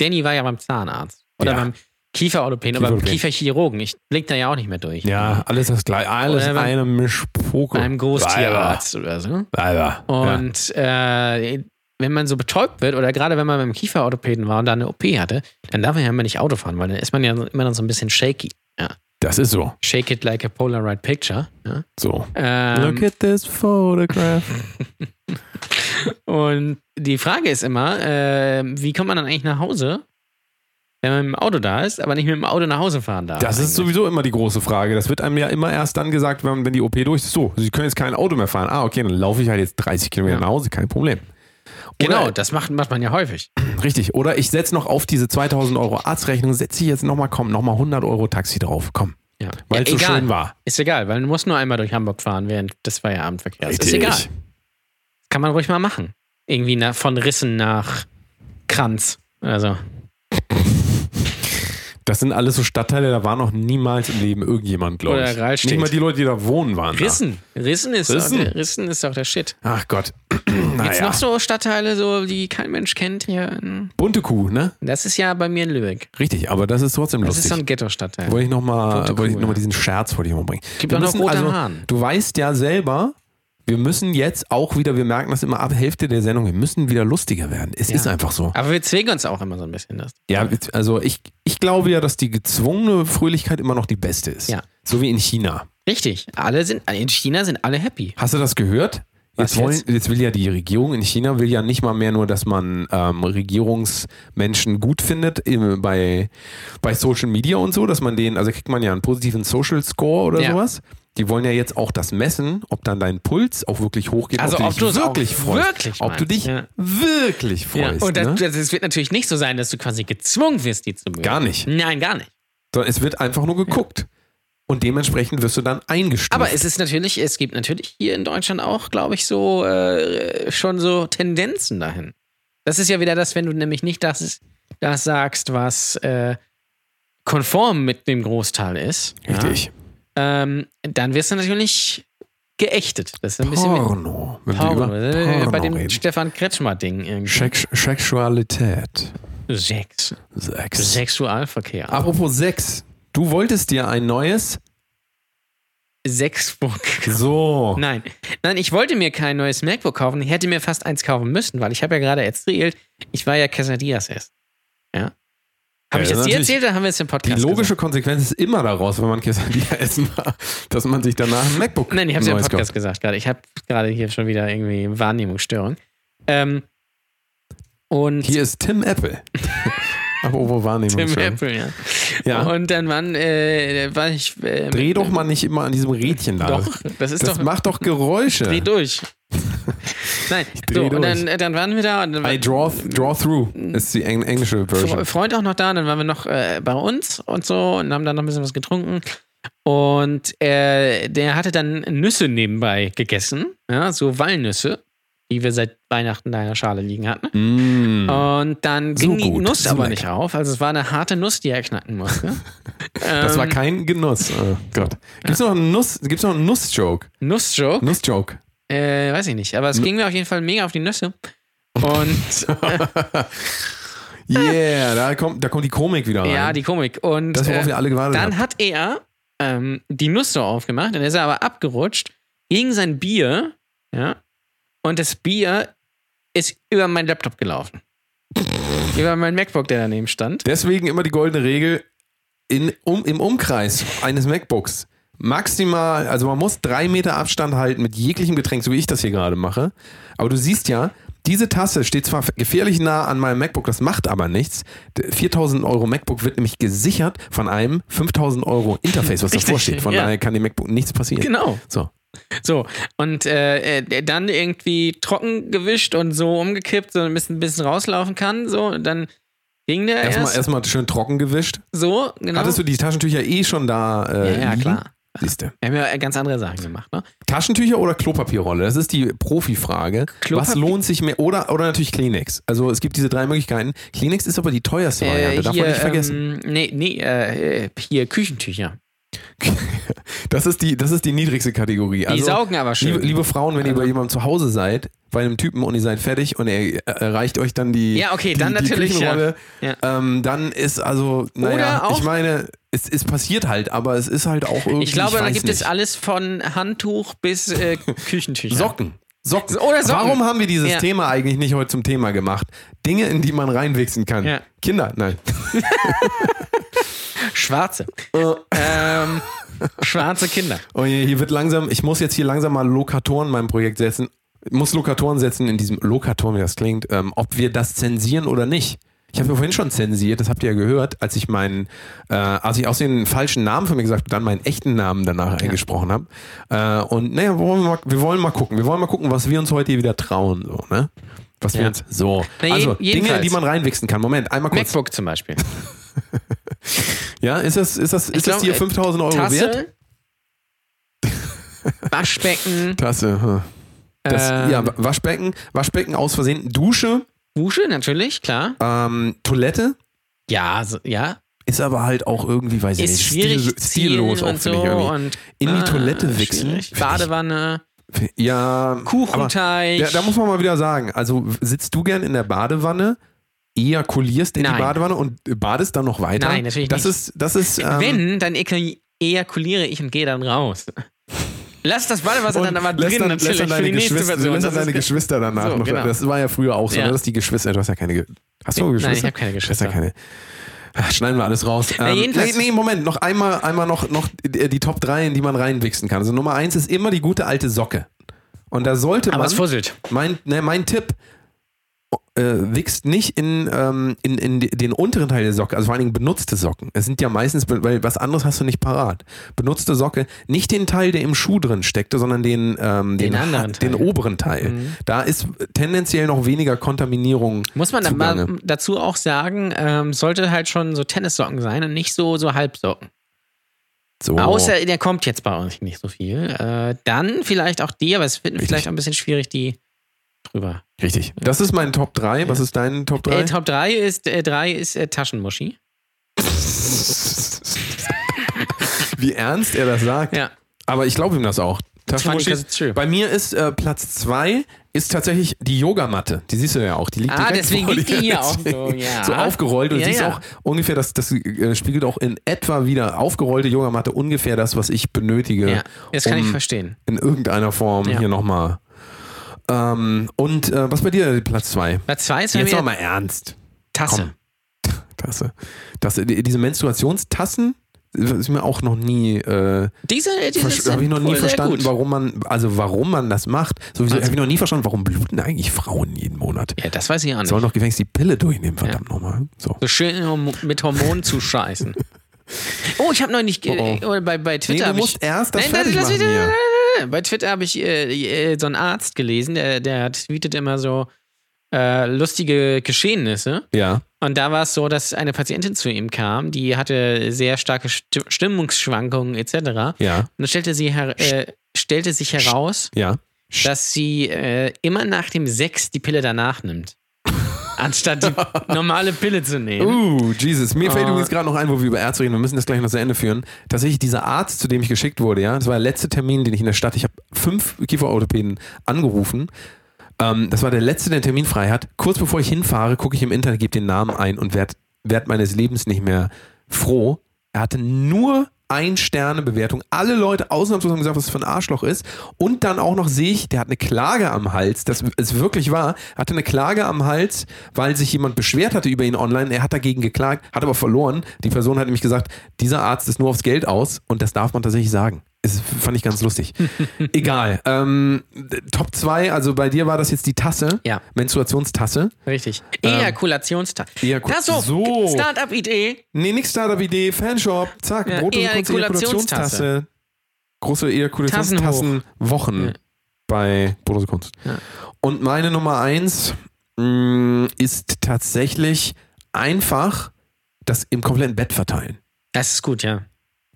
Danny war ja beim Zahnarzt oder Ja. beim Kieferorthopäden oder beim Kieferorthopäden. Kieferchirurgen. Ich blick da ja auch nicht mehr durch. Ja, alles das gleiche. Alles Oder beim- eine Mischpoke. Bei einem Großtierarzt oder so. Alter. Und äh, wenn man so betäubt wird oder gerade wenn man beim Kieferorthopäden war und da eine OP hatte, dann darf man ja immer nicht Auto fahren, weil dann ist man ja immer noch so ein bisschen shaky. Ja. Das ist so. Shake it like a Polaroid picture. Ja. So. Ähm, Look at this photograph. Und die Frage ist immer, äh, wie kommt man dann eigentlich nach Hause, wenn man mit dem Auto da ist, aber nicht mit dem Auto nach Hause fahren darf? Das ist eigentlich? sowieso immer die große Frage. Das wird einem ja immer erst dann gesagt, wenn, wenn die OP durch ist. So, Sie können jetzt kein Auto mehr fahren. Ah, okay, dann laufe ich halt jetzt 30 Kilometer Ja. nach Hause, kein Problem. Genau, Oder- das macht, macht man ja häufig. Richtig. Oder ich setze noch auf diese 2000 Euro Arztrechnung, setze ich jetzt nochmal, komm, nochmal 100 Euro Taxi drauf. Komm. Ja. Weil ja, es so egal. schön war. Ist egal, weil du musst nur einmal durch Hamburg fahren während des Feierabendverkehrs. Ist Richtig. egal. Kann man ruhig mal machen. Irgendwie nach, von Rissen nach Kranz. Also, Das sind alles so Stadtteile, da war noch niemals im Leben irgendjemand, glaube Oder ich. Rahlstedt. Nicht mal die Leute, die da wohnen, waren. da. Rissen. Rissen ist, Rissen? Doch, der, Rissen ist doch der Shit. Ach Gott. Gibt's naja. noch so Stadtteile, so, die kein Mensch kennt hier? Bunte Kuh, ne? Das ist ja bei mir in Lübeck. Richtig, aber das ist trotzdem Das lustig. ist so ein Ghetto-Stadtteil. Wollte ich nochmal Tote wollte ich Kuh, noch mal ja. diesen Scherz vor dir umbringen. also- Gibt auch noch rote Hahn. Du weißt ja selber, wir müssen jetzt auch wieder, wir merken das immer ab Hälfte der Sendung, wir müssen wieder lustiger werden. Es ist einfach so. Aber wir zwingen uns auch immer so ein bisschen das. Ja, also ich, ich glaube ja, dass die gezwungene Fröhlichkeit immer noch die beste ist. Ja. So wie in China. Richtig. Alle sind, in China sind alle happy. Hast du das gehört? Was Jetzt, wollen, jetzt? jetzt? will ja die Regierung in China will ja nicht mal mehr nur, dass man ähm, Regierungsmenschen gut findet im, bei, bei Social Media und so, dass man denen, also kriegt man ja einen positiven Social Score oder Ja. sowas. Die wollen ja jetzt auch das messen, ob dann dein Puls auch wirklich hochgeht, Also, ob ob du du es dich wirklich auch freust. wirklich ob du meinst, dich ja. wirklich freust. Und das, ne? das, es wird natürlich nicht so sein, dass du quasi gezwungen wirst, die zu mögen. Gar nicht. Nein, gar nicht. Sondern es wird einfach nur geguckt. Und dementsprechend wirst du dann eingestuft. Aber es ist natürlich, es gibt natürlich hier in Deutschland auch, glaube ich, so äh, schon so Tendenzen dahin. Das ist ja wieder das, wenn du nämlich nicht das, das sagst, was äh, konform mit dem Großteil ist, Richtig. ja, ähm, dann wirst du natürlich geächtet. Das ist ein bisschen wie- Porno. Wenn Porno. Äh, wir über Porno Bei dem reden. Stefan Kretschmer-Ding irgendwie. Sex Sexualität. Sex. Sex. Sexualverkehr. Apropos Sex. Du wolltest dir ein neues. Sexbook. So. Nein. Nein, ich wollte mir kein neues MacBook kaufen. Ich hätte mir fast eins kaufen müssen, weil ich habe ja gerade erzählt, ich war ja Quesadillas essen. Ja. Habe Ja, ich das das ist dir natürlich erzählt oder haben wir es im Die Podcast logische gesagt? Konsequenz ist immer daraus, wenn man Quesadilla essen war, dass man sich danach ein MacBook Nein, ich habe es ja im neues Podcast kauft. gesagt gerade. Ich habe gerade hier schon wieder irgendwie Wahrnehmungsstörung. Ähm, und Hier ist Tim Apple. Apropos Wahrnehmung. Tim schon. Apple, ja. Ja. Und dann waren, äh, war ich. Äh, Dreh doch mal nicht immer an diesem Rädchen da. Doch, das ist das doch- macht doch Geräusche. Dreh durch. Nein, dreh so, und durch. dann, äh, dann waren wir da und dann war I draw, draw through ist die eng englische Fre- Version. Freund auch noch da, dann waren wir noch äh, bei uns und so und haben dann noch ein bisschen was getrunken. Und äh, der hatte dann Nüsse nebenbei gegessen, ja, so Walnüsse, die wir seit Weihnachten da in der Schale liegen hatten. Und dann Mm. So ging die gut, Nuss so aber lecker. nicht auf. Also es war eine harte Nuss, die er knacken musste. Das ähm. war kein Genuss. Oh Gott. Gibt's noch einen Nuss, gibt's noch einen Nuss-Joke? Nussjoke? Nuss-Joke. Äh, weiß ich nicht. Aber es ging mir auf jeden Fall mega auf die Nüsse. Oh, Und Yeah, da kommt, da kommt die Komik wieder rein. ja, die Komik. Und das, worauf äh, wir alle gewartet Dann haben. hat er ähm, die Nuss so aufgemacht und ist er aber abgerutscht gegen sein Bier, ja, und das Bier ist über meinen Laptop gelaufen. über meinen MacBook, der daneben stand. Deswegen immer die goldene Regel in, um, im Umkreis eines MacBooks. Maximal, also man muss drei Meter Abstand halten mit jeglichem Getränk, so wie ich das hier gerade mache. Aber du siehst ja, diese Tasse steht zwar gefährlich nah an meinem MacBook, das macht aber nichts. Der 4000 Euro MacBook wird nämlich gesichert von einem 5000 Euro Interface, was Richtig, davor steht. Von ja. daher kann dem MacBook nichts passieren. Genau. So. So. Und äh, äh, dann irgendwie trocken gewischt und so umgekippt, so ein bisschen, ein bisschen rauslaufen kann. So, und dann ging der erst, Erstmal, erstmal schön trocken gewischt. so, genau. Hattest du die Taschentücher eh schon da? Äh, ja, ja, liegen? klar. Siehste. Wir haben ja ganz andere Sachen gemacht, ne? Taschentücher oder Klopapierrolle? Das ist die Profifrage. Klopapier- Was lohnt sich mehr? Oder, oder natürlich Kleenex. Also es gibt diese drei Möglichkeiten. Kleenex ist aber die teuerste Variante, Oh darf man nicht vergessen. Äh, Ähm, nee, nee, äh, hier Küchentücher. Das ist die, das ist die niedrigste Kategorie. Die Also, saugen aber schön. Also. Liebe, liebe Frauen, wenn ihr bei jemandem zu Hause seid, bei einem Typen und ihr seid fertig und er erreicht euch dann die, Ja, okay, die, dann die natürlich, Küchenrolle, ja. Ähm, dann ist also, naja, Oder auch- ich meine, es, es passiert halt, aber es ist halt auch irgendwie, Ich glaube, da weiß gibt es nicht. alles von Handtuch bis äh, Küchentücher. Socken. Socken. Oder Socken. Warum haben wir dieses Ja. Thema eigentlich nicht heute zum Thema gemacht? Dinge, in die man reinwichsen kann. Ja. Kinder, nein. Schwarze. Äh. ähm, schwarze Kinder. Oh, je, hier wird langsam, ich muss jetzt hier langsam mal Lokatoren in meinem Projekt setzen. Ich muss Lokatoren setzen in diesem Lokatoren, wie das klingt, ähm, ob wir das zensieren oder nicht. Ich habe ja vorhin schon zensiert, das habt ihr ja gehört, als ich meinen, äh, als ich aus den falschen Namen von mir gesagt habe, dann meinen echten Namen danach eingesprochen habe. Äh, und naja, wollen wir, mal, wir wollen mal gucken. Wir wollen mal gucken, was wir uns heute hier wieder trauen. So, ne? Was wir Ja. uns so. Na, je- also, Dinge, in jedenfalls. die man reinwichsen kann. Moment, einmal kurz. MacBook zum Beispiel. Ja, ist das, ist das, ist das glaub, hier äh, 5000 Euro wert? Tasse. Waschbecken. Tasse. Hm. Das, ähm, Ja, Wa- Waschbecken, Waschbecken aus Versehen, Dusche, Dusche natürlich, klar. ähm, Toilette Ja, so, ja. ist aber halt auch irgendwie, weiß ich Ist nicht, schwierig. stil- ziehen stillos auch, und so. finde ich irgendwie. Und, In die ah, Toilette wichsen. schwierig. Find ich- Badewanne, Ja, Kuchenteig. Aber, ja, da muss man mal wieder sagen, also sitzt du gern in der Badewanne, ejakulierst in Nein. die Badewanne und badest dann noch weiter? Nein, natürlich das nicht. Ist, das ist, ähm, Wenn, dann ejakul- ejakuliere ich und gehe dann raus. Lass das Badewasser dann aber lässt drin, dann, natürlich, lässt dann für die deine, nächste Geschwister, Person. lässt Das dann deine ist- Geschwister danach So, noch. genau. Das war ja früher auch so, Ja. ne, dass die Geschwister, du hast ja keine, Ge- hast du Geschwister? ich hab keine Geschwister. Du hast ja keine. Ach, schneiden wir alles raus. Ähm, jedenfalls- nee, nee, Moment, noch einmal, einmal noch, noch die, die Top 3, in die man reinwichsen kann. Also Nummer 1 ist immer die gute alte Socke. Und da sollte aber man, es fusselt. mein, ne, mein Tipp, äh, wichst nicht in, ähm, in, in den unteren Teil der Socke, also vor allen Dingen benutzte Socken. Es sind ja meistens, be- weil was anderes hast du nicht parat. Benutzte Socke, nicht den Teil, der im Schuh drin steckte, sondern den, ähm, Den den, anderen den Teil. Mhm. oberen Teil. Da ist tendenziell noch weniger Kontaminierung. Muss man dann zugange. mal dazu auch sagen, ähm, sollte halt schon so Tennissocken sein und nicht so, so Halbsocken. so. Außer der kommt jetzt bei uns nicht so viel. Äh, dann vielleicht auch die, aber es wird vielleicht auch ein bisschen schwierig, die drüber. Richtig. Das ist mein Top 3. Was ist dein Top 3? Äh, Top 3 ist, äh, drei ist äh, Taschenmuschi. Wie ernst er das sagt. Ja. Aber ich glaube ihm das auch. fand ich Taschenmuschi- ganz schön. Bei mir ist äh, Platz 2 ist tatsächlich die Yogamatte. Die siehst du ja auch. Die liegt Ah, direkt deswegen vor liegt dir. die hier auch Deswegen so, ja. so aufgerollt. Und Ja, siehst ja. auch ungefähr, das, das äh, spiegelt auch in etwa wieder aufgerollte Yogamatte ungefähr das, was ich benötige, Ja, das kann um ich verstehen. in irgendeiner Form Ja. hier nochmal. Ähm, und äh, was bei dir Platz 2? Bei 2 ist bei Jetzt mir nochmal ernst. Tasse. Tasse. Tasse. Die- Diese Menstruationstassen ist mir auch noch nie äh, Diese, diese sind habe ich noch nie wohl sehr verstanden, gut. warum man, also warum man das macht. Sowieso habe ich noch nie verstanden, warum bluten eigentlich Frauen jeden Monat. Ja, das weiß ich auch nicht. Sollen doch gefälligst die Pille durchnehmen, verdammt nochmal. So. So schön Horm- mit Hormonen zuscheißen. Oh, ich habe noch nicht. ge- Oh, oh. äh, Bei, bei Nee, Twitter. du hab musst ich, erst das Nein, fertig lass machen mich- hier. Ja, bei Twitter habe ich äh, äh, so einen Arzt gelesen, der, der tweetet immer so äh, lustige Geschehnisse. Ja. Und da war es so, dass eine Patientin zu ihm kam, die hatte sehr starke Sti- Stimmungsschwankungen etc. Und Ja. dann stellte, sie her äh, stellte sich heraus, Ja. dass sie äh, immer nach dem Sex die Pille danach nimmt. Anstatt die normale Pille zu nehmen. Uh, Jesus. Mir fällt Ah. übrigens gerade noch ein, wo wir über Ärzte reden. Wir müssen das gleich noch zu Ende führen. Tatsächlich, dieser Arzt, zu dem ich geschickt wurde, ja, das war der letzte Termin, den ich in der Stadt, ich habe fünf Kieferorthopäden angerufen. Ähm, das war der letzte, der einen Termin frei hat. Kurz bevor ich hinfahre, gucke ich im Internet, gebe den Namen ein und werde werd meines Lebens nicht mehr froh. Er hatte nur Ein-Sterne-Bewertung. Alle Leute ausnahmslos haben gesagt, was das für ein Arschloch ist. Und dann auch noch sehe ich, der hat eine Klage am Hals, das es wirklich war. Er hatte eine Klage am Hals, weil sich jemand beschwert hatte über ihn online. Er hat dagegen geklagt, hat aber verloren. Die Person hat nämlich gesagt, dieser Arzt ist nur aufs Geld aus und das darf man tatsächlich sagen. Das fand ich ganz lustig. Egal. Ähm, d- Top 2, also bei dir war das jetzt die Tasse. Ja. Menstruationstasse. Richtig. Ejakulationstat. Ejaku- das so. Ähm. So. Startup-Idee. Nee, nix Startup-Idee, Fanshop, zack, Ja, Brot und kurze Ejakulationstasse. Ejakulationstasse. Große Ejakulationstassen-Wochen Ja. bei Brot und Kunst. Ja. Und meine Nummer 1 ist tatsächlich einfach das im kompletten Bett verteilen. Das ist gut, ja.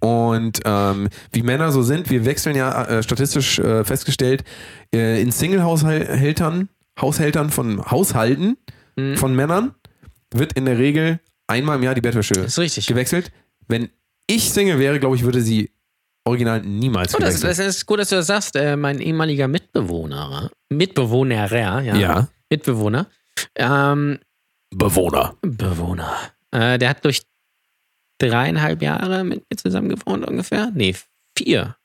Und ähm, wie Männer so sind, wir wechseln ja äh, statistisch äh, festgestellt äh, in Single-Haushältern, Haushältern von Haushalten Mhm. von Männern wird in der Regel einmal im Jahr die Bettwäsche Das ist richtig. gewechselt. Wenn ich Single wäre, glaube ich, würde sie original niemals Oh, das, gewechselt. das ist gut, dass du das sagst. Äh, mein ehemaliger Mitbewohner, Mitbewohner, ja, Ja. Mitbewohner, ähm, Bewohner. Bewohner, äh, der hat durch dreieinhalb Jahre mit mir zusammen gewohnt ungefähr. Nee, vier.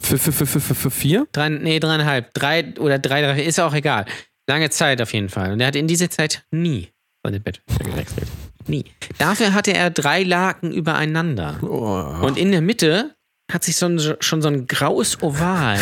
Für, für, für, für, für, für vier? Drei, nee, dreieinhalb. Drei oder drei, drei, ist auch egal. Lange Zeit auf jeden Fall. Und er hat in dieser Zeit nie seine Bettwäsche gewechselt. Nie. Dafür hatte er drei Laken übereinander. Oh. Und in der Mitte hat sich so ein, schon so ein graues Oval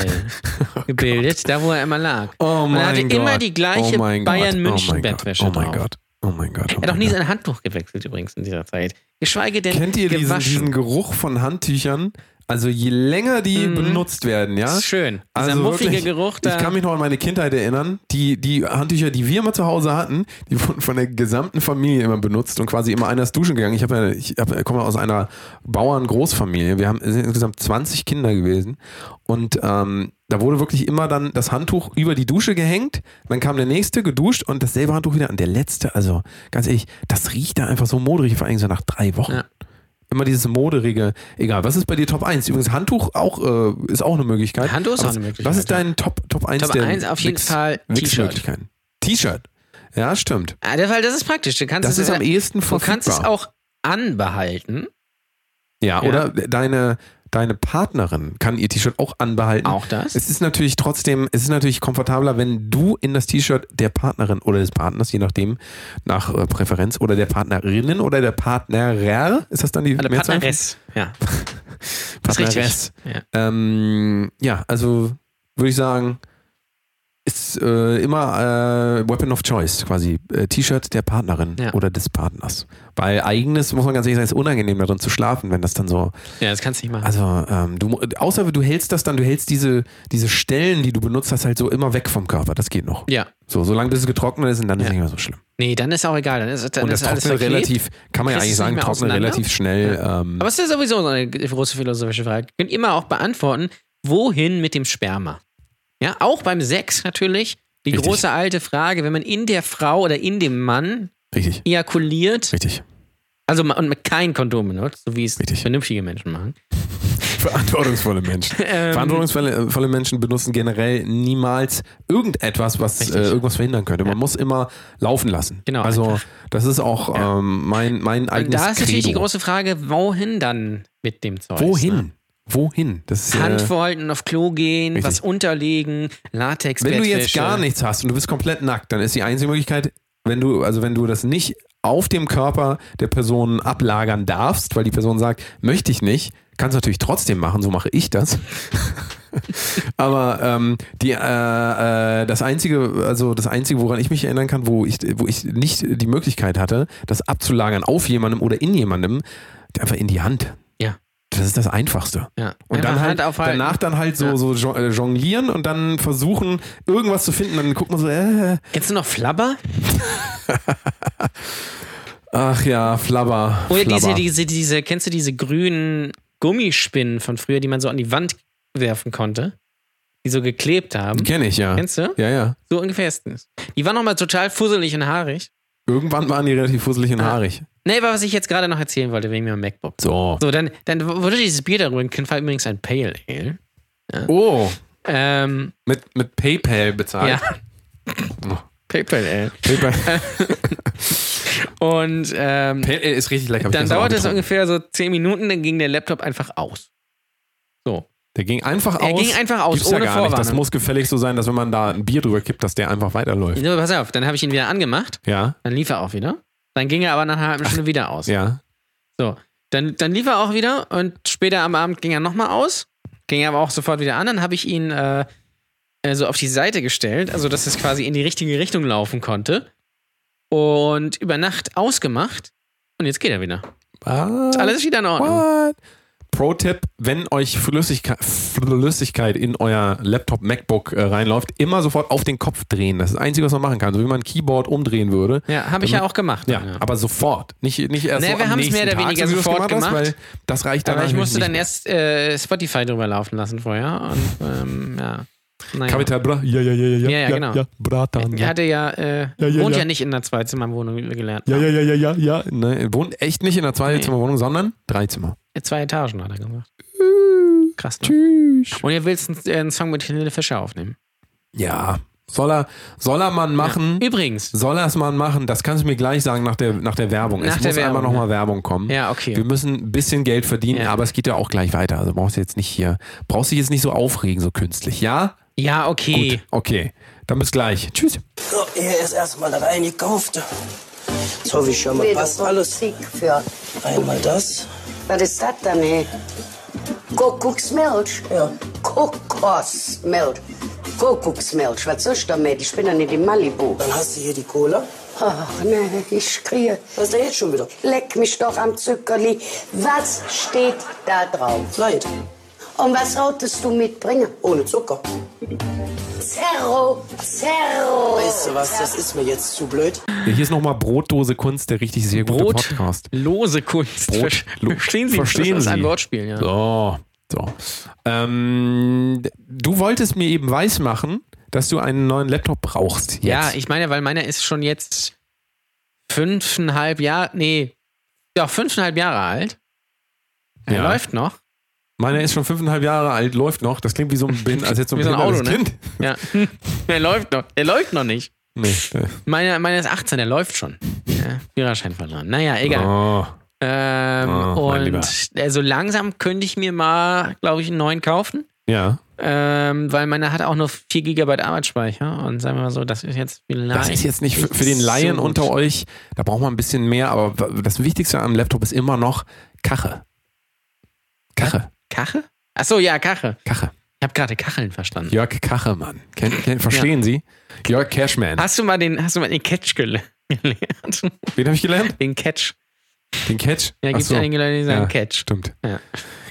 gebildet, da wo er immer lag. Oh Und er hatte mein Gott. immer die gleiche oh mein Gott. Bayern-München-Bettwäsche Oh mein drauf. Gott. Oh mein Gott. Oh mein Gott. Oh Er hat auch nie mein Gott. sein Handtuch gewechselt übrigens in dieser Zeit. Geschweige denn Kennt ihr diesen, gewaschen. diesen Geruch von Handtüchern? Also je länger die benutzt werden, ja. Das ist Mhm. schön. Dieser Also muffige wirklich, Geruch da. Ich kann mich noch an meine Kindheit erinnern. Die, die Handtücher, die wir immer zu Hause hatten, die wurden von der gesamten Familie immer benutzt und quasi immer einer ist duschen gegangen. Ich, hab ja, ich hab, komme aus einer Bauern-Großfamilie. Wir haben sind insgesamt 20 Kinder gewesen. Und ähm, da wurde wirklich immer dann das Handtuch über die Dusche gehängt. Dann kam der nächste, geduscht und dasselbe Handtuch wieder. Und der letzte, also ganz ehrlich, das riecht da einfach so modrig, vor allem so nach drei Wochen. Ja. Immer dieses moderige, egal. Was ist bei dir Top 1? Übrigens, Handtuch auch, äh, ist auch eine Möglichkeit. Handtuch ist Aber auch eine was- Möglichkeit, Was ist ja. dein Top, Top 1 Top der 1 auf jeden Wix- Fall T-Shirt. Wix-Möglichkeiten? T-Shirt. Ja, stimmt. Ah, der Fall, das ist praktisch. Du kannst Das es ist am ehesten Also Du kannst es verfügbar. auch anbehalten. Ja. Ja, oder deine, deine Partnerin kann ihr T-Shirt auch anbehalten. Auch das. Genau. Es ist natürlich trotzdem, es ist natürlich komfortabler, wenn du in das T-Shirt der Partnerin oder des Partners, je nachdem, nach äh, Präferenz, oder der Partnerinnen oder der Partnerer, ist das dann die Eine Mehrzahl? Partneress. Ja, das ist Partneress. richtig. Ja. Ähm, ja, also würde ich sagen, ist äh, immer äh, Weapon of Choice quasi. Äh, T-Shirt der Partnerin Ja. oder des Partners. Weil eigenes, muss man ganz ehrlich sagen, ist unangenehm darin zu schlafen, wenn das dann so. ja, das kannst du nicht machen. Also, ähm, du, mu- außer du hältst das dann, du hältst diese, diese Stellen, die du benutzt hast, halt so immer weg vom Körper. Das geht noch. ja. So, solange bis es getrocknet ist und dann ist Ja. es nicht mehr so schlimm. Nee, dann ist auch egal. Dann ist, dann Und Oh, das ist alles trocknet verklebt. relativ, kann man ja Kriegst du's eigentlich nicht sagen, mehr trocknet auseinander? relativ schnell. Ähm, Aber es ist ja sowieso so eine große philosophische Frage. Könnt ihr immer auch beantworten, wohin mit dem Sperma? Ja, auch beim Sex natürlich. Die Richtig. große alte Frage, wenn man in der Frau oder in dem Mann richtig, ejakuliert, richtig. also ma- und kein Kondom benutzt, so wie es Richtig. vernünftige Menschen machen. Verantwortungsvolle Menschen. Ähm. Verantwortungsvolle äh, volle Menschen benutzen generell niemals irgendetwas, was äh, irgendwas verhindern könnte. Man muss immer laufen lassen. Genau, Also einfach. das ist auch ähm, mein, mein Und eigenes da ist natürlich die Credo. große Frage, wohin dann mit dem Zeug? Wohin? Ne? Wohin? Das ist, Hand äh, verhalten, auf Klo gehen, Richtig. was unterlegen, Latex. wenn du jetzt Bettwäsche. gar nichts hast und du bist komplett nackt, dann ist die einzige Möglichkeit, wenn du, also wenn du das nicht auf dem Körper der Person ablagern darfst, weil die Person sagt, möchte ich nicht, kannst du natürlich trotzdem machen, so mache ich das. Aber ähm, die, äh, äh, das einzige, also das einzige, woran ich mich erinnern kann, wo ich, wo ich nicht die Möglichkeit hatte, das abzulagern auf jemandem oder in jemandem, einfach in die Hand. Ja. Das ist das Einfachste. Ja. Und dann Einfach halt, Hand aufhalten. danach dann halt so, Ja. so jo- äh, jonglieren und dann versuchen, irgendwas zu finden. Dann guckt man so, äh, Kennst du noch Flabber? ach ja, Flabber. Oder Flabber. diese, diese, diese, kennst du diese grünen Gummispinnen von früher, die man so an die Wand werfen konnte? Die so geklebt haben. Kenn ich, ja. Kennst du? Ja, ja. So ungefähr ist es. Die waren nochmal total fusselig und haarig. Irgendwann waren die relativ fusselig Ah. und haarig. Nee, aber was ich jetzt gerade noch erzählen wollte, wegen meinem MacBook. So. So, dann, dann wurde dieses Bier darüber in Kind war übrigens ein Pale Ale. Oh, Ähm, mit, mit PayPal bezahlt. ja. PayPal Ale. PayPal. Und ähm, PayPal ist richtig lecker. hab ich dann gestern auch dauerte es getrunken. ungefähr so 10 Minuten, dann ging der Laptop einfach aus. So. Der ging einfach aus. Er ging einfach aus, Gibt's ohne ja gar nicht. Das Vorwarnung. muss gefällig so sein, dass wenn man da ein Bier drüber kippt, dass der einfach weiterläuft. So, pass auf, dann habe ich ihn wieder angemacht, Ja, dann lief er auch wieder. Dann ging er aber nach einer halben Stunde wieder aus. ja. So, dann, dann lief er auch wieder und später am Abend ging er nochmal aus, ging aber auch sofort wieder an. Dann habe ich ihn äh, äh, so auf die Seite gestellt, also dass es quasi in die richtige Richtung laufen konnte. Und über Nacht ausgemacht und jetzt geht er wieder. Was? Alles ist wieder in Ordnung. What? Pro-Tipp, wenn euch Flüssigkeit, Flüssigkeit in euer Laptop, MacBook äh, reinläuft, immer sofort auf den Kopf drehen. Das ist das Einzige, was man machen kann. So wie man ein Keyboard umdrehen würde. Ja, habe ich ja auch gemacht. Ja, aber sofort. Nicht, nicht erst Nee, so wir am haben's nächsten mehr oder Tag, weniger so wie du es sofort Hast, gemacht. weil das reicht dann Aber ich natürlich musste nicht. dann erst äh, Spotify drüber laufen lassen vorher. Und ähm, ja. Naja. Kapital Bra. Ja, ja, ja, ja. Ja, ja, genau. Ja, Bratan. Er hatte ja, äh, Ja, ja, wohnt ja. ja. nicht in einer Zweizimmerwohnung, wie wir gelernt Ja, haben. ja, ja, ja, ja, ja. Ne, wohnt echt nicht in einer Zweizimmerwohnung, sondern Dreizimmer. Äh, Zwei Etagen hat er gemacht. Äh, Krass. Ne? Und ihr willst einen, äh, einen Song mit Helene Fischer aufnehmen. Ja. Soll er, soll er man machen? Übrigens. Soll er es mal machen? Das kannst du mir gleich sagen nach der, nach der Werbung. Nach es der muss Werbung, einmal nochmal Werbung kommen. Ja, okay. Wir müssen ein bisschen Geld verdienen, Ja. aber es geht ja auch gleich weiter. Also brauchst du jetzt nicht hier, brauchst dich jetzt nicht so aufregen, so künstlich. Ja? Ja, okay. Gut. Okay. Dann bis gleich. Tschüss. So, hier ist erstmal das eingekaufte. So wie schon mal passt alles. Sieg für. Einmal das. Was ist das dann, hey? Kuckucksmilch? Ja. Kokosmilch. Kuckucksmilch, was ist damit? Ich bin ja nicht in Malibu. Dann hast du hier die Cola. Ach, nee, ich kriege. Was ist da jetzt schon wieder? Leck mich doch am Zuckerli. Was steht da drauf? Leid. Und was solltest du mitbringen? Ohne Zucker. Zerro, Zerro. Weißt du was, das ist mir jetzt zu blöd. Ja, hier ist nochmal Brotdose Kunst, der richtig sehr gute Podcast. Brotlose Kunst. Brot- Ver- lo- Verstehen Sie? verstehen das ist ein Sie. Wortspiel, ja. So, so. Ähm, du wolltest mir eben weismachen, dass du einen neuen Laptop brauchst. Jetzt. Ja, ich meine, weil meiner ist schon jetzt fünfeinhalb Jahre, nee, doch fünfeinhalb Jahre alt. Er Ja. läuft noch. Meiner ist schon fünfeinhalb Jahre alt, läuft noch. Das klingt wie so ein, Bin- als jetzt so ein, Wie so ein behindertes Auto, ne? Kind. Ja. er läuft noch. Er läuft noch nicht. Nee. äh, Meiner meine ist 18, der läuft schon. Ja, Führerschein verloren. Naja, egal. Oh. Ähm, Oh, mein Lieber. und äh, so langsam könnte ich mir mal, glaube ich, einen neuen kaufen. Ja. Ähm, weil meiner hat auch nur 4 GB Arbeitsspeicher. Und sagen wir mal so, das ist jetzt vielleicht. Das ist jetzt nicht für, für den so Laien gut. unter euch, da braucht man ein bisschen mehr, aber w- das Wichtigste am Laptop ist immer noch Kache. Kache, Kache? Achso, ja, Kache. Kache. Ich habe gerade Kacheln verstanden. Jörg Kache, Mann. Ken, ken, verstehen Sie? Jörg Cashman. Hast du mal den, hast du mal den Catch gele- gelernt? Wen habe ich gelernt? den Catch. Den Catch? Ja, gibt Ach so. einige Leute, die sagen Ja, Catch. Stimmt. Ja.